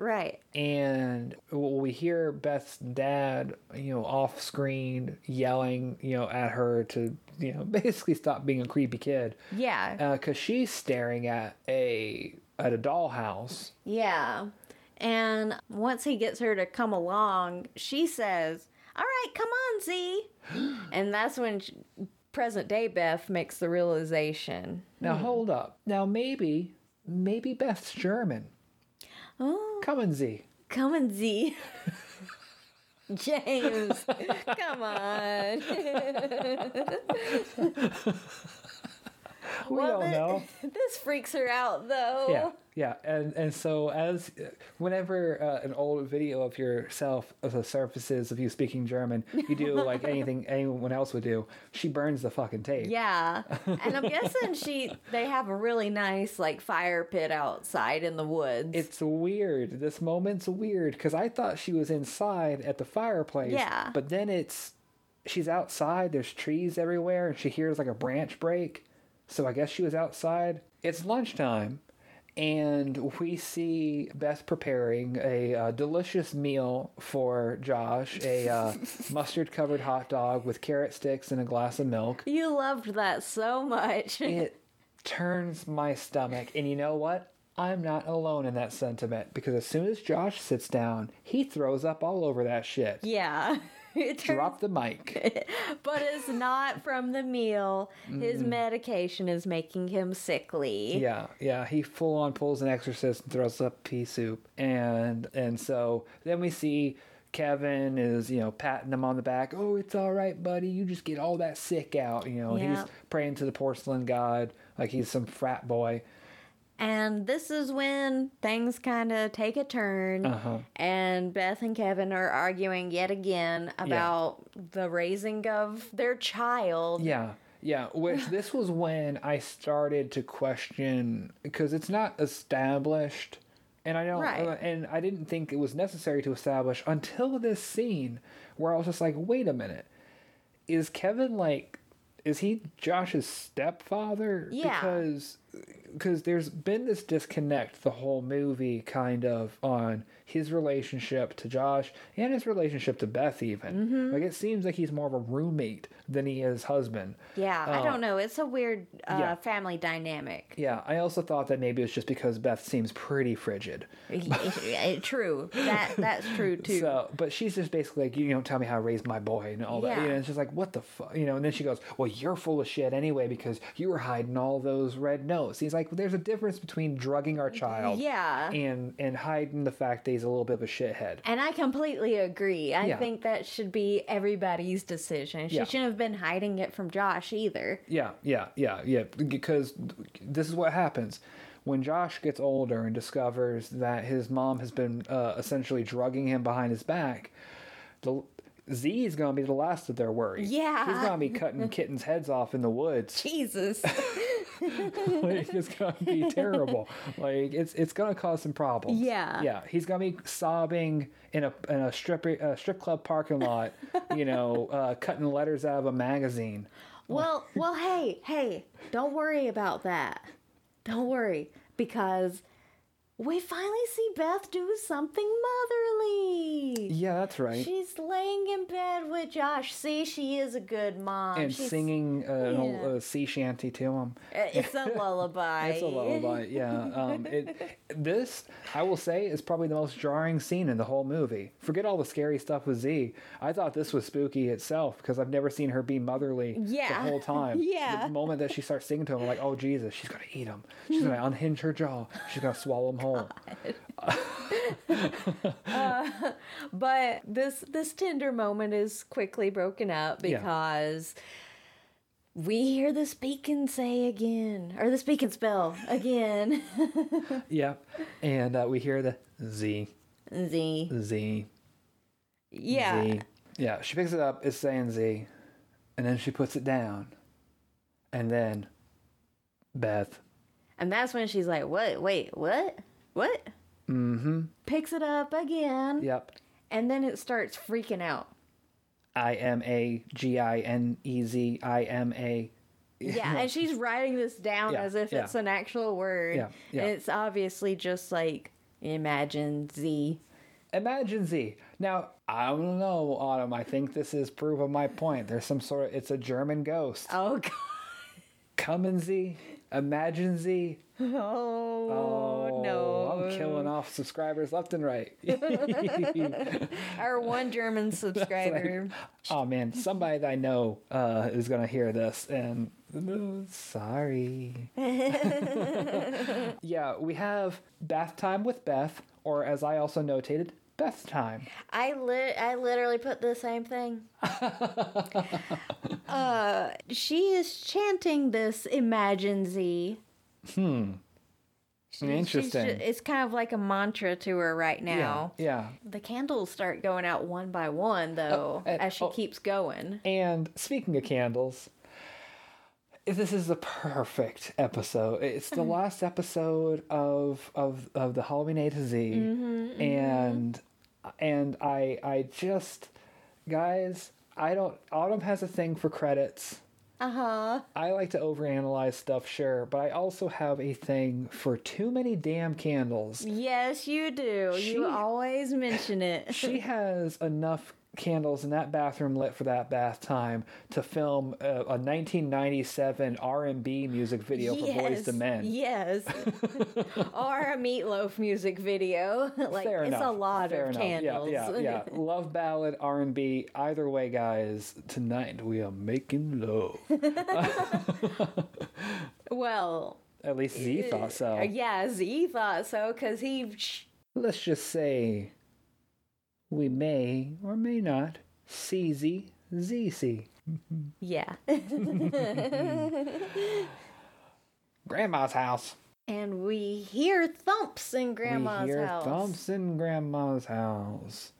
S2: Right.
S1: and we hear Beth's dad, you know, off screen yelling, you know, at her to, you know, basically stop being a creepy kid,
S2: Yeah.
S1: because she's staring at a at a dollhouse.
S2: Yeah. And once he gets her to come along, she says, All right, come on, Z. and that's when sh present day Beth makes the realization.
S1: Now hold up. Now maybe maybe Beth's German.
S2: Oh,
S1: Come and see.
S2: come on, Z. James, come on.
S1: We don't know.
S2: This freaks her out, though.
S1: Yeah, yeah, and and so as whenever uh, an old video of yourself of the surfaces of you speaking German, you do like anything anyone else would do. She burns the fucking tape.
S2: Yeah. And I'm guessing she they have a really nice like fire pit outside in the woods.
S1: It's weird. This moment's weird because I thought she was inside at the fireplace.
S2: Yeah.
S1: But then it's she's outside. There's trees everywhere, and she hears like a branch break. So I guess she was outside. It's lunchtime, and we see Beth preparing a uh, delicious meal for Josh: a uh, mustard-covered hot dog with carrot sticks and a glass of milk.
S2: you loved that so much.
S1: It turns my stomach. And you know what? I'm not alone in that sentiment because as soon as Josh sits down, he throws up all over that shit.
S2: Yeah. It turns,
S1: Drop the mic.
S2: but it's not from the meal. His medication is making him sickly.
S1: Yeah, yeah. He full on pulls an exorcist and throws up pea soup. And and so then we see Kevin is, you know, patting him on the back. Oh, it's all right, buddy. You just get all that sick out, you know. and He's
S2: Yeah.
S1: praying to the porcelain god like he's some frat boy.
S2: And this is when things kind of take a turn.
S1: Uh-huh.
S2: And Beth and Kevin are arguing yet again about the raising of their child.
S1: Yeah, yeah. Which this was when I started to question because it's not established, and I don't,
S2: Right.
S1: uh, and I didn't think it was necessary to establish until this scene where I was just like, wait a minute, is Kevin like, is he Josh's stepfather?
S2: Yeah.
S1: Because because there's been this disconnect the whole movie kind of on his relationship to Josh and his relationship to Beth even.
S2: Mm-hmm.
S1: Like it seems like he's more of a roommate than he is husband.
S2: Yeah, I don't know. It's a weird uh,
S1: Oh. Yeah.
S2: family dynamic.
S1: Yeah, I also thought that maybe it's just because Beth seems pretty frigid.
S2: uh, true. That that's true too.
S1: So, but she's just basically like, you don't tell me how to raise my boy and all that.
S2: Yeah.
S1: You know, it's just like, what the fuck? You know, and then she goes, well, you're full of shit anyway because you were hiding all those red notes. He's like, there's a difference between drugging our child
S2: yeah.
S1: and and hiding the fact that he's a little bit of a shithead.
S2: And I completely agree. I
S1: Yeah.
S2: think that should be everybody's decision. She
S1: Yeah.
S2: shouldn't have been hiding it from Josh either.
S1: Yeah, yeah, yeah, yeah. Because this is what happens. When Josh gets older and discovers that his mom has been uh, essentially drugging him behind his back, the Z is going to be the last of their worries.
S2: Yeah.
S1: He's going to be cutting kittens' heads off in the woods.
S2: Jesus.
S1: like, it's going to be terrible. Like it's it's going to cause some problems.
S2: Yeah.
S1: Yeah, he's going to be sobbing in a in a strip a strip club parking lot, you know, uh, cutting letters out of a magazine.
S2: Well, well, hey, hey, don't worry about that. Don't worry because we finally see Beth do something motherly.
S1: Yeah, that's right.
S2: She's laying in bed with Josh. See, she is a good mom.
S1: and
S2: She's-
S1: singing uh, an old
S2: yeah.
S1: uh, sea shanty to him.
S2: uh, It's a lullaby.
S1: It's a lullaby, yeah. Um, it, this, I will say, is probably the most jarring scene in the whole movie. Forget all the scary stuff with Z. I thought this was spooky itself because I've never seen her be motherly
S2: Yeah.
S1: the whole time.
S2: Yeah.
S1: The moment that she starts singing to him, I'm like, oh, Jesus, she's going to eat him. She's going to unhinge her jaw. She's going to swallow him whole.
S2: But this this tender moment is quickly broken up
S1: Yeah.
S2: because we hear the beacon say again, or the beacon spell again.
S1: Yeah. And uh, we hear the Z,
S2: Z.
S1: Z,
S2: Yeah.
S1: Z. Yeah, she picks it up, it's saying Z, and then she puts it down. And then Beth.
S2: And that's when she's like, What? Wait, what? What? Mm hmm.
S1: Mm-hmm.
S2: Picks it up again.
S1: Yep.
S2: And then it starts freaking out.
S1: I M A G I N E Z I M A.
S2: Yeah. and she's writing this down
S1: Yeah,
S2: as if
S1: yeah.
S2: it's an actual word.
S1: Yeah, yeah.
S2: And it's obviously just like, Imagine Z.
S1: Imagine Z. Now, I don't know, Autumn. I think this is proving my point. There's some sort of, it's a German ghost.
S2: Oh, God.
S1: Come in Z. Imagine Z.
S2: Oh,
S1: Oh,
S2: no.
S1: I'm killing off subscribers left and right.
S2: Our one German subscriber.
S1: oh, man. Somebody that I know uh, is going to hear this and uh, sorry. yeah, we have bath time with Beth, or as I also notated, Beth time.
S2: I lit. I literally put the same thing. uh, she is chanting this Imagine Z. Hmm.
S1: Interesting.
S2: it's kind of like a mantra to her right now.
S1: Yeah.
S2: The candles start going out one by one, though,
S1: uh,
S2: as she
S1: oh.
S2: keeps going.
S1: And speaking of candles, this is the perfect episode. It's the last episode of of of the Halloween A to Z, and and I I just guys I don't Autumn has a thing for credits.
S2: Uh huh.
S1: I like to overanalyze stuff, sure, but I also have a thing for too many damn candles.
S2: Yes, you do.
S1: She-
S2: you always mention it.
S1: she has enough candles in that bathroom lit for that bath time to film a, a 1997 R&B music video for Boys to Men.
S2: Yes. or a meatloaf music video. like
S1: Fair
S2: it's
S1: enough.
S2: a lot
S1: Fair
S2: of
S1: enough.
S2: candles.
S1: Yeah, yeah, yeah. love ballad, R&B. Either way, guys, tonight we are making love.
S2: well,
S1: At least Z thought so.
S2: yeah, Z thought so because he.
S1: Let's just say we may or may not see Z, ZC.
S2: Yeah.
S1: Grandma's house.
S2: and we hear thumps in Grandma's
S1: we hear
S2: house.
S1: thumps in Grandma's house.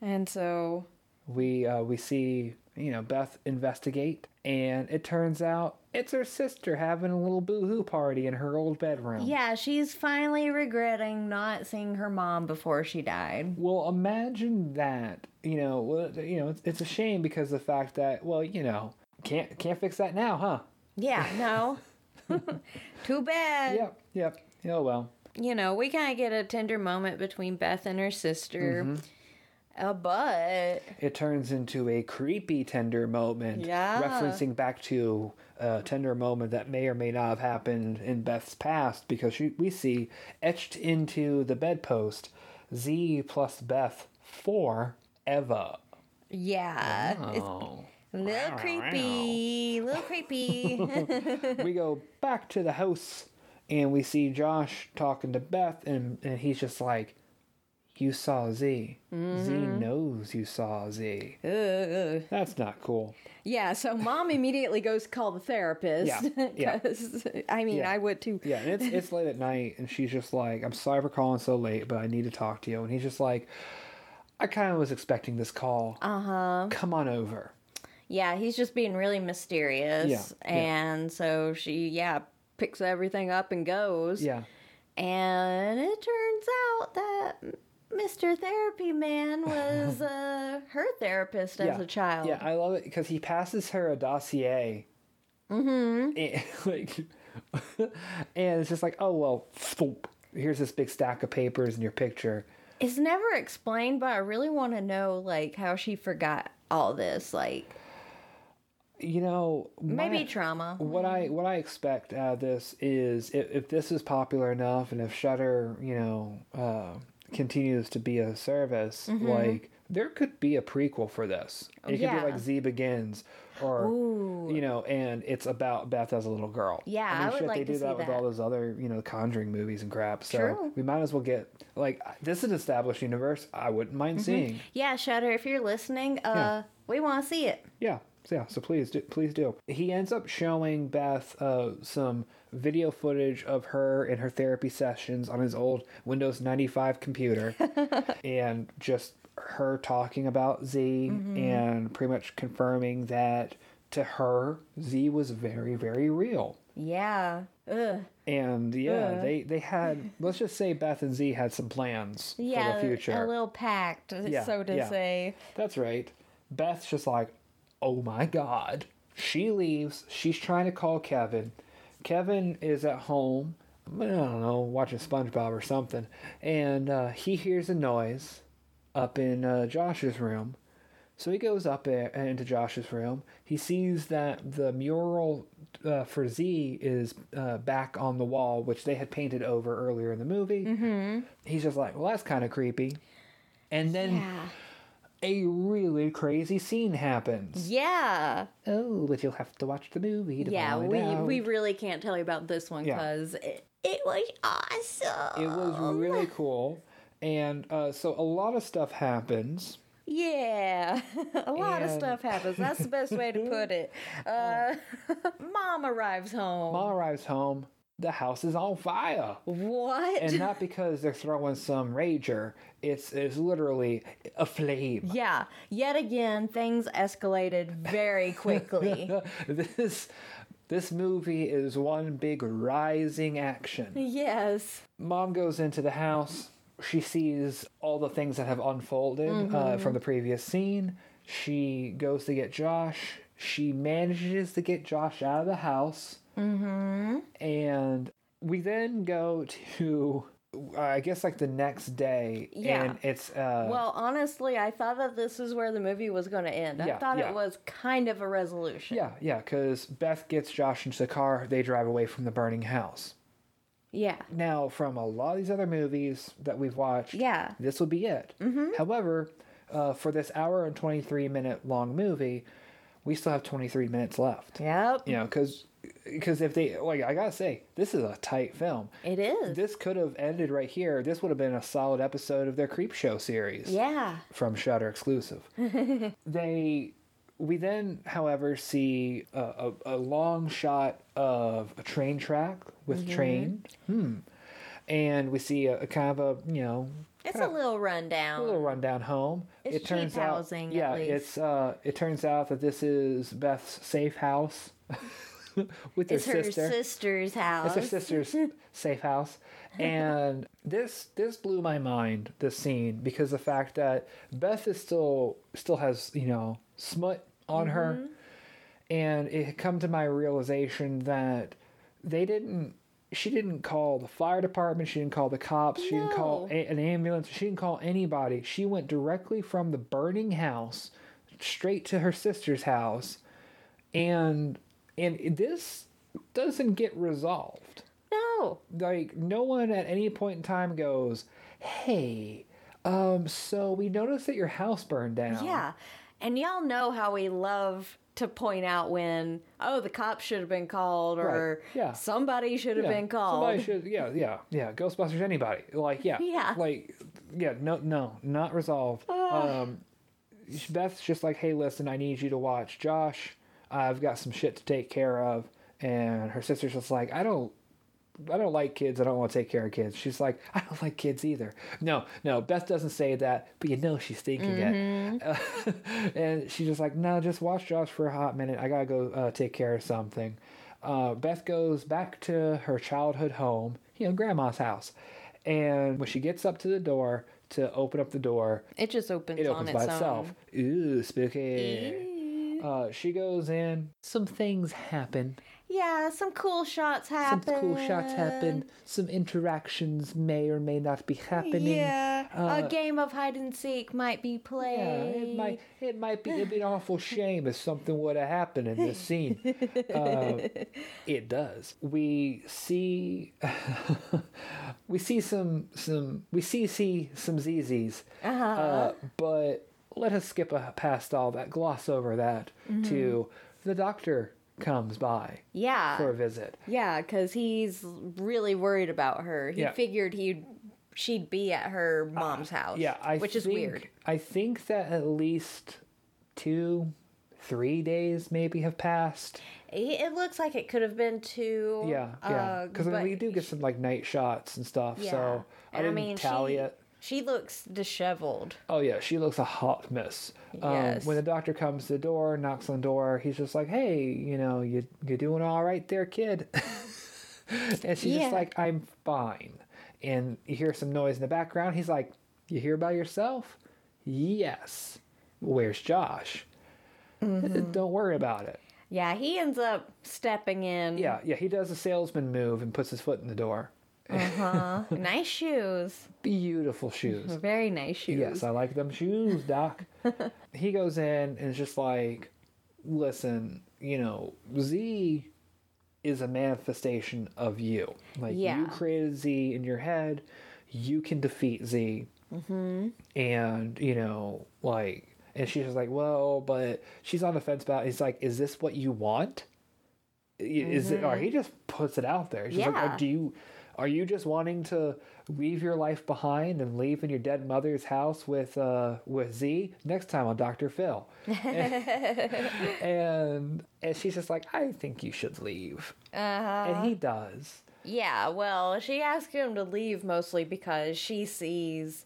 S2: And so.
S1: we uh, we see you know Beth investigate, and it turns out it's her sister having a little boohoo party in her old bedroom.
S2: Yeah, she's finally regretting not seeing her mom before she died.
S1: Well, imagine that. You know, well, you know, it's, it's a shame because the fact that well, you know, can't can't fix that now, huh?
S2: Yeah, no. Too bad.
S1: Yep, yep. Oh well.
S2: you know, we kind of get a tender moment between Beth and her sister.
S1: Mm-hmm.
S2: Uh, but
S1: It turns into a creepy tender moment,
S2: Yeah.
S1: referencing back to a tender moment that may or may not have happened in Beth's past, because she, we see etched into the bedpost Z plus Beth for Eva.
S2: yeah,
S1: Oh.
S2: a little creepy, little creepy.
S1: we go back to the house, and we see Josh talking to Beth, and, and he's just like, you saw Z. Z knows you saw Z.
S2: Ugh.
S1: That's not cool.
S2: Yeah, so mom immediately goes to call the therapist.
S1: Yeah, yeah.
S2: 'cause, I mean,
S1: Yeah.
S2: I would too.
S1: Yeah, and it's it's late at night, and she's just like, "I'm sorry for calling so late, but I need to talk to you." And he's just like, "I kind of was expecting this call.
S2: Uh huh.
S1: Come on over."
S2: Yeah, he's just being really mysterious.
S1: Yeah, yeah.
S2: And so she, yeah, picks everything up and goes.
S1: Yeah,
S2: And it turns out that Mr. Therapy Man was uh, her therapist as
S1: yeah.
S2: a child.
S1: Yeah, I love it because he passes her a dossier. Mm-hmm. And, like, and it's just like, oh well, thump, here's this big stack of papers and your picture.
S2: It's never explained, but I really want to know, like, how she forgot all this. Like,
S1: You know, my-
S2: maybe trauma.
S1: what I what I expect out of this is if, if this is popular enough and if Shutter you know uh, continues to be a service, like there could be a prequel for this. It
S2: Mm-hmm. yeah.
S1: could be like Z Begins or
S2: Ooh.
S1: you know, and it's about Beth as a little girl.
S2: Yeah, I would like
S1: they
S2: to
S1: do that
S2: see
S1: with
S2: that.
S1: all those other you know Conjuring movies and crap. So
S2: True.
S1: we might as well get like this is an established universe. I wouldn't
S2: Mm-hmm.
S1: mind seeing.
S2: Yeah, Shutter, if you're listening, uh,
S1: Yeah.
S2: we want to see it.
S1: Yeah, so yeah. So please, do, please do. He ends up showing Beth uh, some video footage of her in her therapy sessions on his old Windows ninety five computer, and just her talking about Z
S2: Mm-hmm.
S1: and pretty much confirming that to her Z was very, very real.
S2: Yeah. Ugh.
S1: And yeah, they they had let's just say Beth and Z had some plans
S2: Yeah,
S1: for the future.
S2: a little packed,
S1: Yeah,
S2: so to
S1: yeah.
S2: say.
S1: That's right. Beth's just like, oh my god. She leaves. She's trying to call Kevin. Kevin is at home, I don't know, watching SpongeBob or something. And uh, he hears a noise up in uh, Josh's room. So he goes up there into Josh's room. He sees that the mural uh, for Z is uh, back on the wall, which they had painted over earlier in the movie. Mm-hmm. He's just like, well, that's kind of creepy. And then
S2: Yeah.
S1: a really crazy scene happens.
S2: Yeah.
S1: Oh, but you'll have to watch the movie to
S2: Yeah,
S1: find
S2: we,
S1: out.
S2: we really can't tell you about this one
S1: Yeah.
S2: because it, it was awesome.
S1: It was
S2: um,
S1: really cool, and uh, so a lot of stuff happens.
S2: Yeah, a lot of
S1: And- Oh.
S2: stuff happens. That's the best way to put it. Uh, Mom arrives home.
S1: Mom arrives home. The house is on fire,
S2: What?
S1: and not because they're throwing some rager. It's it's literally a flame.
S2: yeah, yet again, things escalated very quickly.
S1: this this movie is one big rising action.
S2: yes.
S1: Mom goes into the house. She sees all the things that have unfolded uh,
S2: Mm-hmm.
S1: from the previous scene. She goes to get Josh. She manages to get Josh out of the house. Mm-hmm. And we then go to, uh, I guess, like the next day.
S2: Yeah.
S1: And it's. Uh,
S2: Well, honestly, I thought that this is where the movie was going to end. I
S1: Yeah,
S2: thought
S1: yeah.
S2: it was kind of a resolution.
S1: yeah, yeah, because Beth gets Josh into the car. They drive away from the burning house.
S2: Yeah.
S1: Now, from a lot of these other movies that we've watched,
S2: Yeah. Mm-hmm.
S1: this would be it. However, uh, for this hour and 23 minute long movie, we still have 23 minutes left.
S2: Yep.
S1: You know, because if they, like, I gotta say, this is a tight film.
S2: It is.
S1: This could have ended right here. This would have been a solid episode of their Creep Show series
S2: yeah.
S1: from Shutter exclusive. they, we then, however, see a, a, a long shot of a train track with
S2: Mm-hmm.
S1: train, hmm, and we see a, a kind of a you know
S2: It's a little rundown.
S1: a little rundown home.
S2: It's cheap housing,
S1: out,
S2: at
S1: yeah,
S2: least.
S1: it's uh, it turns out that this is Beth's safe house with
S2: it's her
S1: sister.
S2: sister's house.
S1: It's her sister's safe house, and this this blew my mind. This scene because the fact that Beth is still still has you know smut on her, and it had come to my realization that they didn't. She didn't call the fire department. She didn't call the cops. She didn't call
S2: No.
S1: a, an ambulance. She didn't call anybody. She went directly from the burning house straight to her sister's house, and and this doesn't get resolved
S2: no.
S1: like no one at any point in time goes, "Hey, um, so we noticed that your house burned down."
S2: Yeah. And y'all know how we love to point out when, oh, the cops should have been called or
S1: Right, yeah.
S2: somebody should have
S1: Yeah,
S2: been called.
S1: Somebody should, yeah, yeah, yeah. Ghostbusters, anybody. Like, yeah.
S2: Yeah.
S1: Like, yeah, no, no, not resolved. Um, Beth's just like, hey, listen, I need you to watch Josh. I've got some shit to take care of. And her sister's just like, I don't. I don't like kids. I don't want to take care of kids. She's like, I don't like kids either. No, no. Beth doesn't say that, but you know she's thinking
S2: Mm-hmm.
S1: it. and she's just like, no, just watch Josh for a hot minute. I gotta go uh, take care of something. Uh, Beth goes back to her childhood home, you know, grandma's house. And when she gets up to the door to open up the door,
S2: It just opens,
S1: it opens
S2: on
S1: by
S2: its
S1: itself.
S2: own.
S1: Ooh, spooky. Uh, she goes in. Some things happen.
S2: Yeah, some cool shots
S1: Some
S2: happen.
S1: cool shots happen. Some interactions may or may not be happening.
S2: Yeah,
S1: Uh,
S2: a game of hide and seek might be played.
S1: Yeah, it might it might be it'd be an awful shame if something would have happened in this scene. Uh, it does. We see we see some some we see see some ZZs,
S2: Uh-huh.
S1: uh, but let us skip a, past all that, gloss over that
S2: Mm-hmm.
S1: to the doctor comes by
S2: Yeah,
S1: for a visit.
S2: yeah, because he's really worried about her. He
S1: Yeah. Uh,
S2: figured he'd she'd be at her mom's house.
S1: Yeah, I
S2: which is
S1: think-
S2: weird.
S1: I think that at least two, three days maybe have passed.
S2: It, it looks like it could have been two.
S1: Yeah, yeah.
S2: uh,
S1: Because I mean,
S2: but-
S1: we do get some like night shots and stuff.
S2: yeah.
S1: So I
S2: And
S1: didn't tally
S2: she,
S1: it.
S2: She looks disheveled.
S1: Oh yeah, she looks a hot mess. Um,
S2: Yes.
S1: When the doctor comes to the door, knocks on the door, he's just like, "Hey, you know, you you doing all right there, kid?" and she's
S2: Yeah.
S1: just like, "I'm fine." And you hear some noise in the background. He's like, "You here by yourself?" Yes. Where's Josh?
S2: Mm-hmm.
S1: Don't worry about it.
S2: Yeah, he ends up stepping in.
S1: Yeah, yeah. He does a salesman move and puts his foot in the door.
S2: Uh-huh. nice shoes.
S1: Beautiful shoes.
S2: Very nice shoes.
S1: Yes, I like them shoes, Doc. he goes in and is just like, listen, you know, Z is a manifestation of you. Like, you
S2: Yeah.
S1: created Z in your head. You can defeat Z. Mm-hmm. And, you know, like, and she's just like, well, but she's on the fence about He's like, is this what you want? I- Is it, or he just puts it out there. She's like,
S2: Mm-hmm. Yeah.
S1: "Are- do you, are you just wanting to leave your life behind and leave in your dead mother's house with, uh, with Z next time on Dr. Phil? and, and she's just like, I think you should leave.
S2: Uh-huh.
S1: And he does.
S2: Yeah, well, she asked him to leave mostly because she sees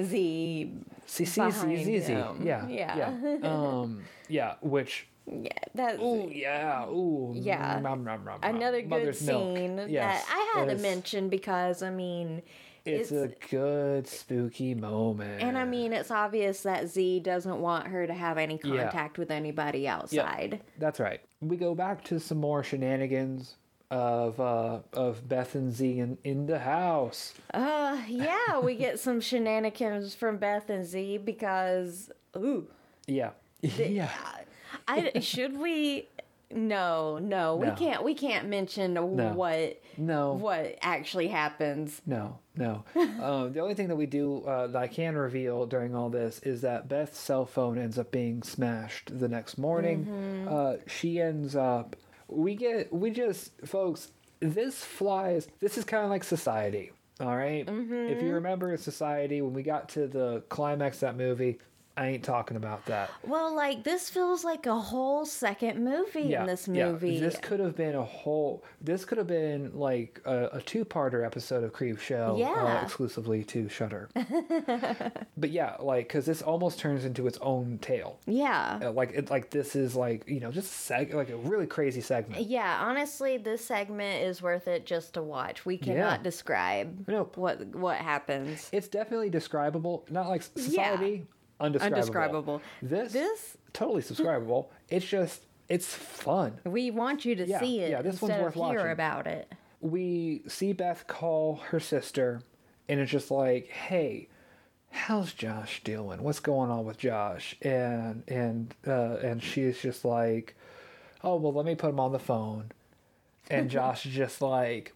S2: Z.
S1: See, see,
S2: Behind
S1: see, see, see.
S2: him.
S1: Yeah.
S2: Yeah.
S1: um, yeah, which,
S2: Yeah, that's
S1: ooh, yeah, ooh. mm,
S2: Yeah.
S1: nom, nom, nom, nom.
S2: another good
S1: Mother's milk.
S2: scene
S1: Yes,
S2: that I had to
S1: it's-
S2: mention because, I mean,
S1: It's,
S2: it's.
S1: a good spooky moment.
S2: and I mean, it's obvious that Z doesn't want her to have any
S1: Yeah.
S2: contact with anybody outside.
S1: That's right. We go back to some more shenanigans of uh of Beth and Z in, in the house.
S2: Uh, yeah, we get some shenanigans from Beth and Z because, ooh,
S1: Yeah. yeah.
S2: I should we? No, no, we
S1: No.
S2: can't. We can't mention what
S1: No.
S2: what actually happens.
S1: No, no. um, the only thing that we do uh, that I can reveal during all this is that Beth's cell phone ends up being smashed the next morning. Uh, she ends up. We get. We just, folks. This flies. This is kind of like society. All right? If you remember society, when we got to the climax of that movie, I ain't talking about that.
S2: Well, like this feels like a whole second movie in this movie.
S1: This could have been a whole. This could have been like a, a two-parter episode of Creep Show, uh,
S2: Yeah.
S1: exclusively to Shutter. but yeah, like because this almost turns into its own tale.
S2: yeah.
S1: Uh, Like it, like this is like you know just a seg- like a really crazy segment.
S2: Yeah, honestly, this segment is worth it just to watch. We cannot describe
S1: Nope.
S2: what what happens.
S1: It's definitely describable, not like society. Undescribable.
S2: Undescribable.
S1: This,
S2: This-
S1: totally subscribable. it's just it's fun.
S2: We want you to
S1: Yeah,
S2: see it
S1: yeah, this one's
S2: instead
S1: worth
S2: of hear
S1: watching.
S2: about it.
S1: we see Beth call her sister, and it's just like, "Hey, how's Josh doing? What's going on with Josh?" And and uh, and she's just like, "Oh well, let me put him on the phone." And Josh is just like,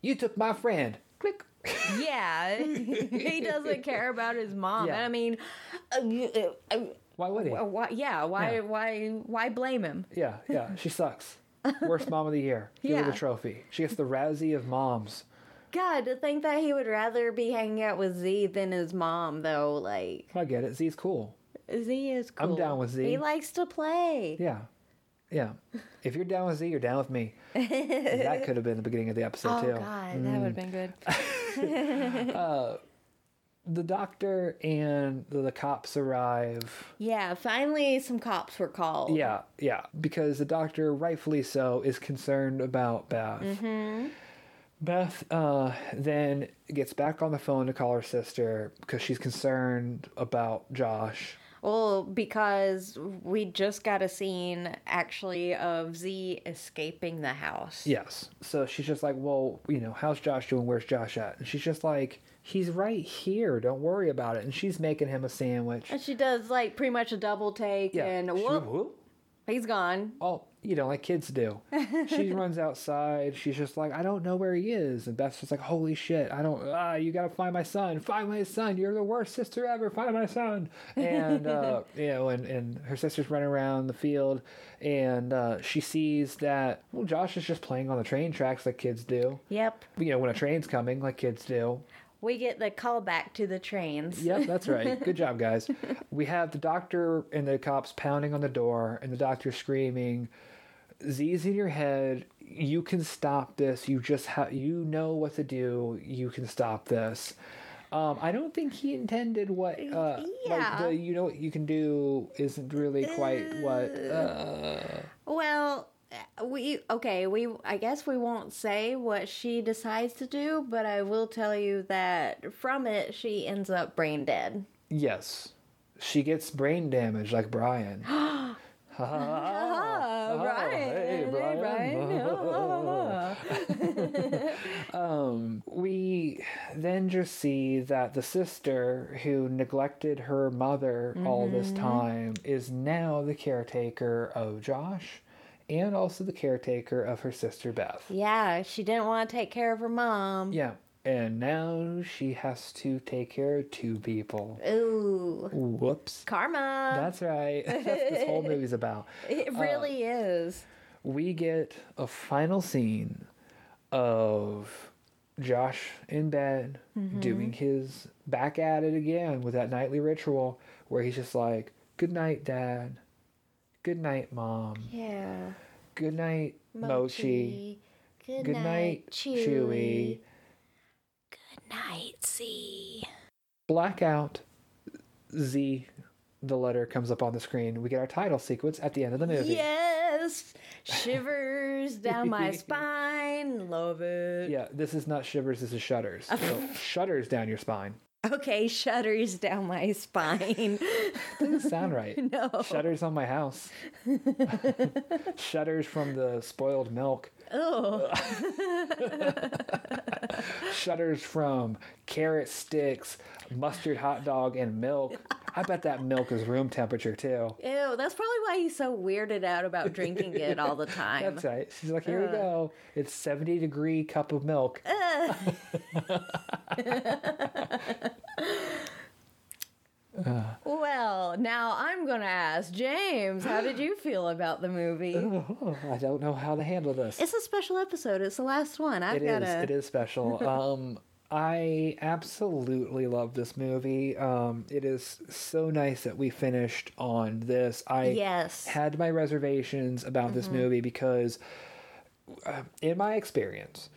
S1: "You took my friend." Click.
S2: Yeah, he doesn't care about his mom.
S1: Yeah.
S2: I mean, uh, uh, uh,
S1: Why would he?
S2: Wh- Why, yeah, why,
S1: Yeah.
S2: why, why blame him?
S1: Yeah, yeah. She sucks. Worst mom of the year. Give her
S2: Yeah.
S1: the trophy. She gets the Razzie of moms.
S2: God, to think that he would rather be hanging out with Z than his mom, though. Like
S1: I get it. Z's cool.
S2: Z is cool.
S1: I'm down with Z.
S2: He likes to play.
S1: Yeah. Yeah. If you're down with Z, you're down with me. that could have been the beginning of the episode,
S2: Oh
S1: too.
S2: God, that
S1: Mm.
S2: would have been good.
S1: The doctor and the cops arrive.
S2: Yeah, finally some cops were called.
S1: Yeah, yeah. Because the doctor, rightfully so, is concerned about Beth.
S2: Mm-hmm.
S1: Beth uh, then gets back on the phone to call her sister because she's concerned about Josh.
S2: Well, because we just got a scene actually of Z escaping the house.
S1: Yes. So she's just like, well, you know, how's Josh doing? Where's Josh at? And she's just like, he's right here. Don't worry about it. And she's making him a sandwich.
S2: And she does like pretty much a double take
S1: Yeah.
S2: and
S1: She-
S2: whoop,
S1: whoop.
S2: he's gone.
S1: Oh, you know, like kids do. She runs outside. She's just like, I don't know where he is. And Beth's just like, Holy shit! I don't. Ah, you gotta find my son. Find my son. You're the worst sister ever. Find my son. And uh, you know, and and her sister's running around the field, and uh, she sees that well, Josh is just playing on the train tracks like kids do.
S2: Yep.
S1: You know, when a train's coming, like kids do.
S2: We get the callback to the trains.
S1: Yep, that's right. Good job, guys. We have the doctor and the cops pounding on the door, and the doctor screaming, "Z's in your head. You can stop this. You just have. You know what to do. You can stop this." Um, I don't think he intended what. Uh, Like
S2: Yeah.
S1: the you know what you can do isn't really quite what. Uh,
S2: Well, uh, we okay, we I guess we won't say what she decides to do, but I will tell you that from it she ends up brain dead.
S1: yes, she gets brain damage like Brian. Ha ha ha.
S2: Oh,
S1: Brian. hey, Hey, Brian. Brian.
S2: Uh-huh.
S1: Um, we then just see that the sister who neglected her mother all this time is now the caretaker of Josh and also the caretaker of her sister Beth.
S2: Yeah, she didn't want to take care of her mom.
S1: Yeah. And now she has to take care of two people.
S2: Ooh.
S1: Whoops.
S2: Karma.
S1: That's right. That's what this whole movie's about.
S2: it really is.
S1: we get a final scene of Josh in bed doing his back at it again with that nightly ritual where he's just like, Good night, Dad. Good night, Mom.
S2: Yeah.
S1: Good night, Mochi.
S2: Good,
S1: Good night, Chewy.
S2: Good night, Z.
S1: Blackout Z, the letter comes up on the screen. We get our title sequence at the end of the movie.
S2: Yes. Shivers down my spine. Love it.
S1: Yeah, this is not shivers, this is shudders. So shudders down your spine.
S2: Okay, shudders down my spine.
S1: Doesn't sound right.
S2: no.
S1: Shutters on my house. Shutters from the spoiled milk.
S2: Oh.
S1: Shutters from carrot sticks, mustard hot dog, and milk. I bet that milk is room temperature too.
S2: Ew, that's probably why he's so weirded out about drinking it all the time. Uh.
S1: That's right. She's like, here we go. It's 70 degree cup of milk.
S2: Well, now I'm going to ask James, how did you feel about the movie?
S1: Oh, I don't know how to handle this.
S2: It's a special episode. It's the last one. I've
S1: It is.
S2: got to.
S1: It is special. um, I absolutely love this movie. Um, it is so nice that we finished on this. I
S2: Yes. Mm-hmm.
S1: had my reservations about this movie because, uh, in my experience,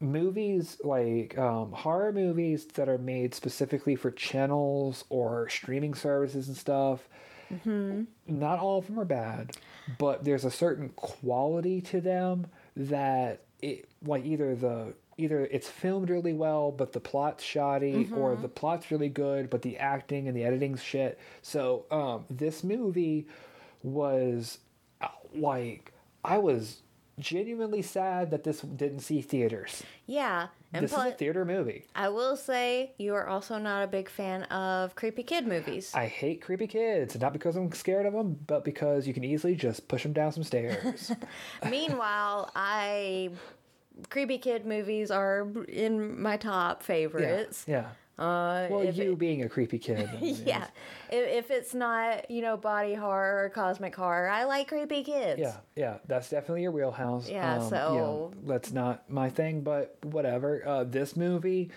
S1: movies like um, horror movies that are made specifically for channels or streaming services and stuff. Not all of them are bad, but there's a certain quality to them that it like either the either it's filmed really well but the plot's shoddy or
S2: Mm-hmm.
S1: the plot's really good but the acting and the editing's shit. So, um this movie was uh, like I was genuinely sad that this didn't see theaters.
S2: Yeah. And
S1: This is
S2: plus,
S1: a theater movie.
S2: I will say you are also not a big fan of creepy kid movies.
S1: I hate creepy kids, not because I'm scared of them, but because you can easily just push them down some stairs.
S2: Meanwhile, I creepy kid movies are in my top
S1: yeah.
S2: favorites.
S1: yeah.
S2: Uh,
S1: Well,
S2: if
S1: you
S2: it-
S1: being a creepy kid. I mean,
S2: yeah, if, if it's not you know body horror or cosmic horror, I like creepy kids.
S1: Yeah, yeah, that's definitely your wheelhouse. um,
S2: Yeah,
S1: you know,
S2: so-
S1: that's not my thing, but whatever. Uh, this movie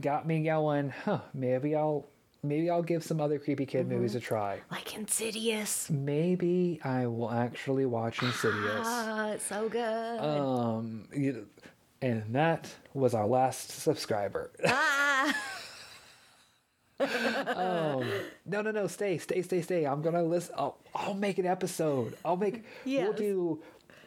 S1: got me going. Huh? Maybe I'll maybe I'll give some other creepy kid
S2: Mm-hmm.
S1: movies a try.
S2: like Insidious.
S1: Maybe I will actually watch Insidious.
S2: Ah, it's so good.
S1: um, you- and that was our last subscriber.
S2: ah,
S1: um, no, no, no, stay, stay, stay, stay. I'm gonna listen. I'll, I'll make an episode. I'll make. We'll
S2: Yes.
S1: do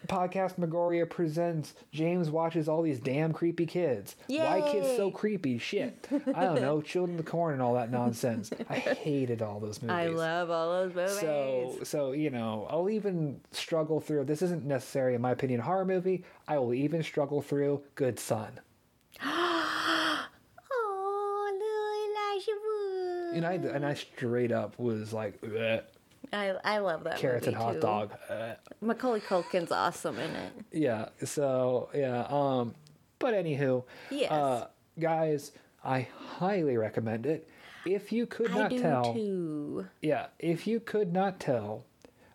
S1: podcast Megoria presents. James watches all these damn creepy kids. Why kids so
S2: Yay.
S1: creepy? Shit. I don't know. Children of the Corn and all that nonsense. I hated all those movies.
S2: I love all those movies.
S1: So, so you know, I'll even struggle through. This isn't necessarily, in my opinion, a horror movie. I will even struggle through Good Son.
S2: oh, little Elijah Wood.
S1: And I and I straight up was like, "Ugh,
S2: I, I love that
S1: carrots
S2: movie
S1: and hot
S2: too.
S1: dog. Ugh."
S2: Macaulay Culkin's awesome in it.
S1: yeah so yeah um but anywho
S2: Yes.
S1: uh guys i highly recommend it if you could
S2: I
S1: not
S2: do
S1: tell
S2: too.
S1: yeah if you could not tell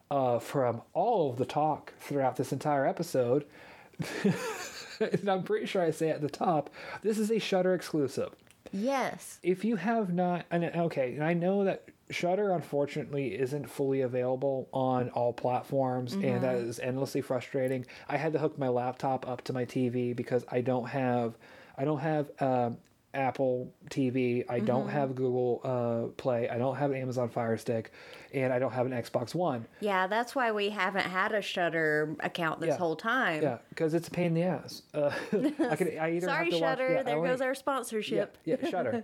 S1: uh from all of the talk throughout this entire episode and i'm pretty sure i say at the top this is a shutter exclusive
S2: Yes.
S1: if you have not and okay and i know that shutter unfortunately isn't fully available on all platforms and that
S2: Mm-hmm.
S1: is endlessly frustrating i had to hook my laptop up to my tv because i don't have i don't have um, apple tv i don't
S2: Mm-hmm.
S1: have google uh, play i don't have an amazon fire stick and i don't have an xbox one
S2: Yeah, that's why we haven't had a Shutter account this
S1: Yeah.
S2: whole time.
S1: yeah because it's a pain in the ass uh, i could i either
S2: Sorry,
S1: have to watch-
S2: Shutter.
S1: yeah, I
S2: there
S1: only-
S2: goes our sponsorship.
S1: Yeah, yeah Shutter.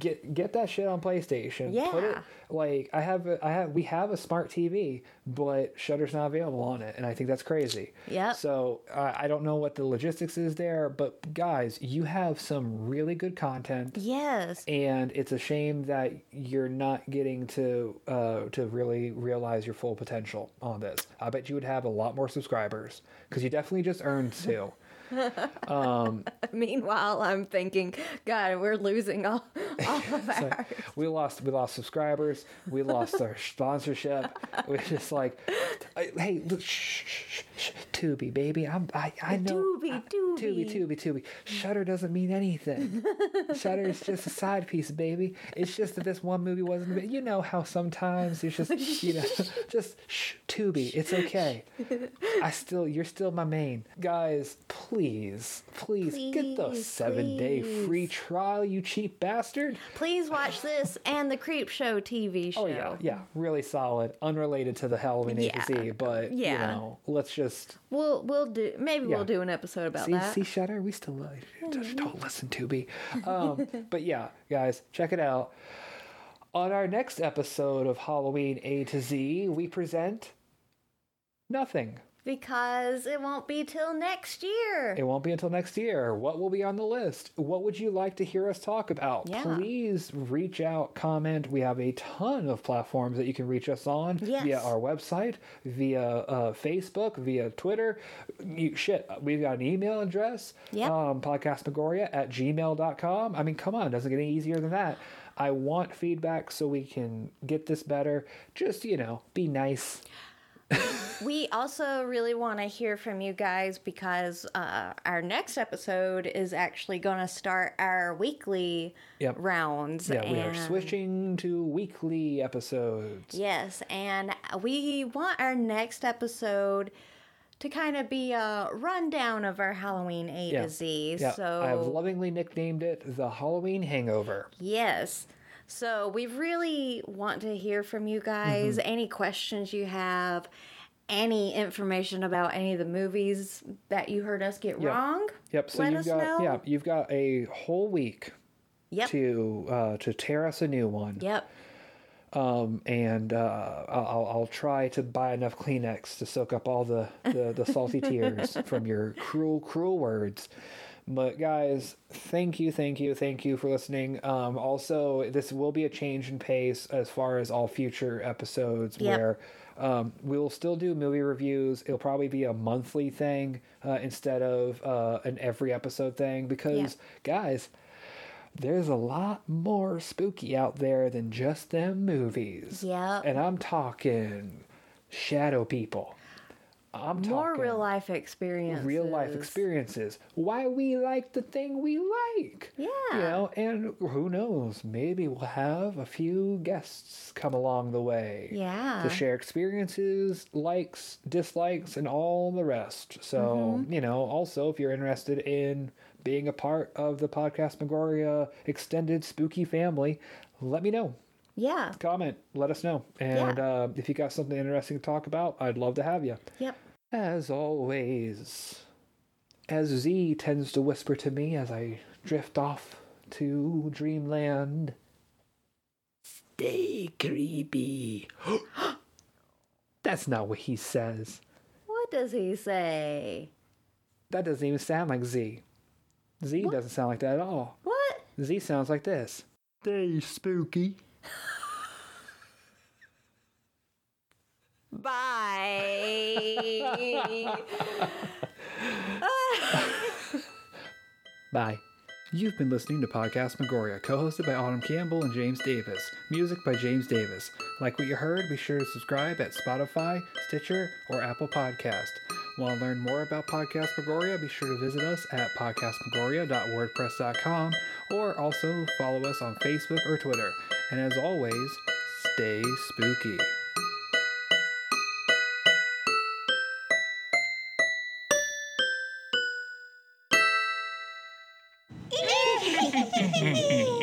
S1: get get that shit on PlayStation. Put it
S2: Yeah.
S1: like I have a, I have we have a smart TV, but Shutter's not available on it, and I think that's crazy.
S2: Yep.
S1: So I I don't know what the logistics is there, but guys, you have some really good content.
S2: Yes.
S1: And it's a shame that you're not getting to uh, to really realize your full potential on this. I bet you would have a lot more subscribers because you definitely just earned two.
S2: Meanwhile, I'm thinking, God, we're losing all, all of our.
S1: we lost we lost subscribers we lost our sponsorship we're just like I- hey look shh, shh, shh, shh, Tubi baby I'm I, I know
S2: Tubi,
S1: I-
S2: Tubi.
S1: Tubi Tubi Tubi Shutter doesn't mean anything Shutter is just a side piece baby it's just that this one movie wasn't you know how sometimes it's just you know just shh, Tubi it's okay I still you're still my main guys please please, get the
S2: Please,
S1: seven day
S2: please.
S1: free trial you cheap bastard
S2: Please watch this and the Creep Show TV show.
S1: Oh yeah, yeah, really solid. Unrelated to the Halloween
S2: Yeah.
S1: agency, but you
S2: Yeah.
S1: know, let's just
S2: We'll we'll do maybe
S1: Yeah.
S2: we'll do an episode about
S1: see,
S2: that.
S1: see Shutter. We still love you. Just don't listen to me. Um, but yeah, guys, check it out. On our next episode of Halloween A to Z, we present nothing.
S2: Because it won't be till next year.
S1: It won't be until next year. What will be on the list? What would you like to hear us talk about?
S2: Yeah.
S1: Please reach out, comment. We have a ton of platforms that you can reach us on
S2: Yes.
S1: via our website, via uh, Facebook, via Twitter. You, shit, we've got an email address,
S2: Yep.
S1: um, podcastmagoria at gmail.com. I mean, come on, it doesn't get any easier than that. I want feedback so we can get this better. Just, you know, be nice.
S2: We also really want to hear from you guys because uh, our next episode is actually going to start our weekly
S1: Yep.
S2: rounds.
S1: Yeah, we are
S2: and-
S1: switching to weekly episodes.
S2: Yes, and we want our next episode to kind of be a rundown of our Halloween A
S1: Yeah.
S2: to Z.
S1: Yeah,
S2: So
S1: I've lovingly nicknamed it the Halloween Hangover.
S2: Yes. So we really want to hear from you guys.
S1: Mm-hmm.
S2: Any questions you have, any information about any of the movies that you heard us get wrong.
S1: Yep. So
S2: Let
S1: you've
S2: us
S1: got
S2: know.
S1: yeah, you've got a whole week
S2: Yep.
S1: to uh, to tear us a new one.
S2: Yep.
S1: Um, and uh, I'll- I'll I'll try to buy enough Kleenex to soak up all the the, the salty tears from your cruel cruel words. But guys, thank you, thank you, thank you for listening. Um, also, this will be a change in pace as far as all future episodes
S2: Yep.
S1: where Um, we'll still do movie reviews. It'll probably be a monthly thing uh, instead of uh, an every episode thing because, guys, there's a lot more spooky out there than just them movies.
S2: Yep.
S1: And I'm talking shadow people. I'm
S2: More
S1: talking
S2: real life experience.
S1: real life experiences. Why we like the thing we like.
S2: Yeah.
S1: You know, and who knows? Maybe we'll have a few guests come along the way
S2: Yeah.
S1: to share experiences, likes, dislikes, and all the rest. So,
S2: Mm-hmm.
S1: you know, also if you're interested in being a part of the Podcast Megoria extended spooky family, let me know.
S2: Yeah.
S1: Comment, let us know. And uh, if you got something interesting to talk about, I'd love to have you.
S2: Yep.
S1: As always, as Z tends to whisper to me as I drift off to dreamland, stay creepy. That's not what he says.
S2: What does he say?
S1: That doesn't even sound like Z. Z doesn't sound like that at all.
S2: What?
S1: Z sounds like this. Stay spooky.
S2: Bye.
S1: Bye. You've been listening to Podcast Megoria, co hosted by Autumn Campbell and James Davis. Music by James Davis. Like what you heard, be sure to subscribe at Spotify, Stitcher, or Apple Podcast. Want to learn more about Podcast Megoria? Be sure to visit us at podcastmegoria.wordpress.com or also follow us on Facebook or Twitter. And as always, stay spooky.
S3: Mm-hmm.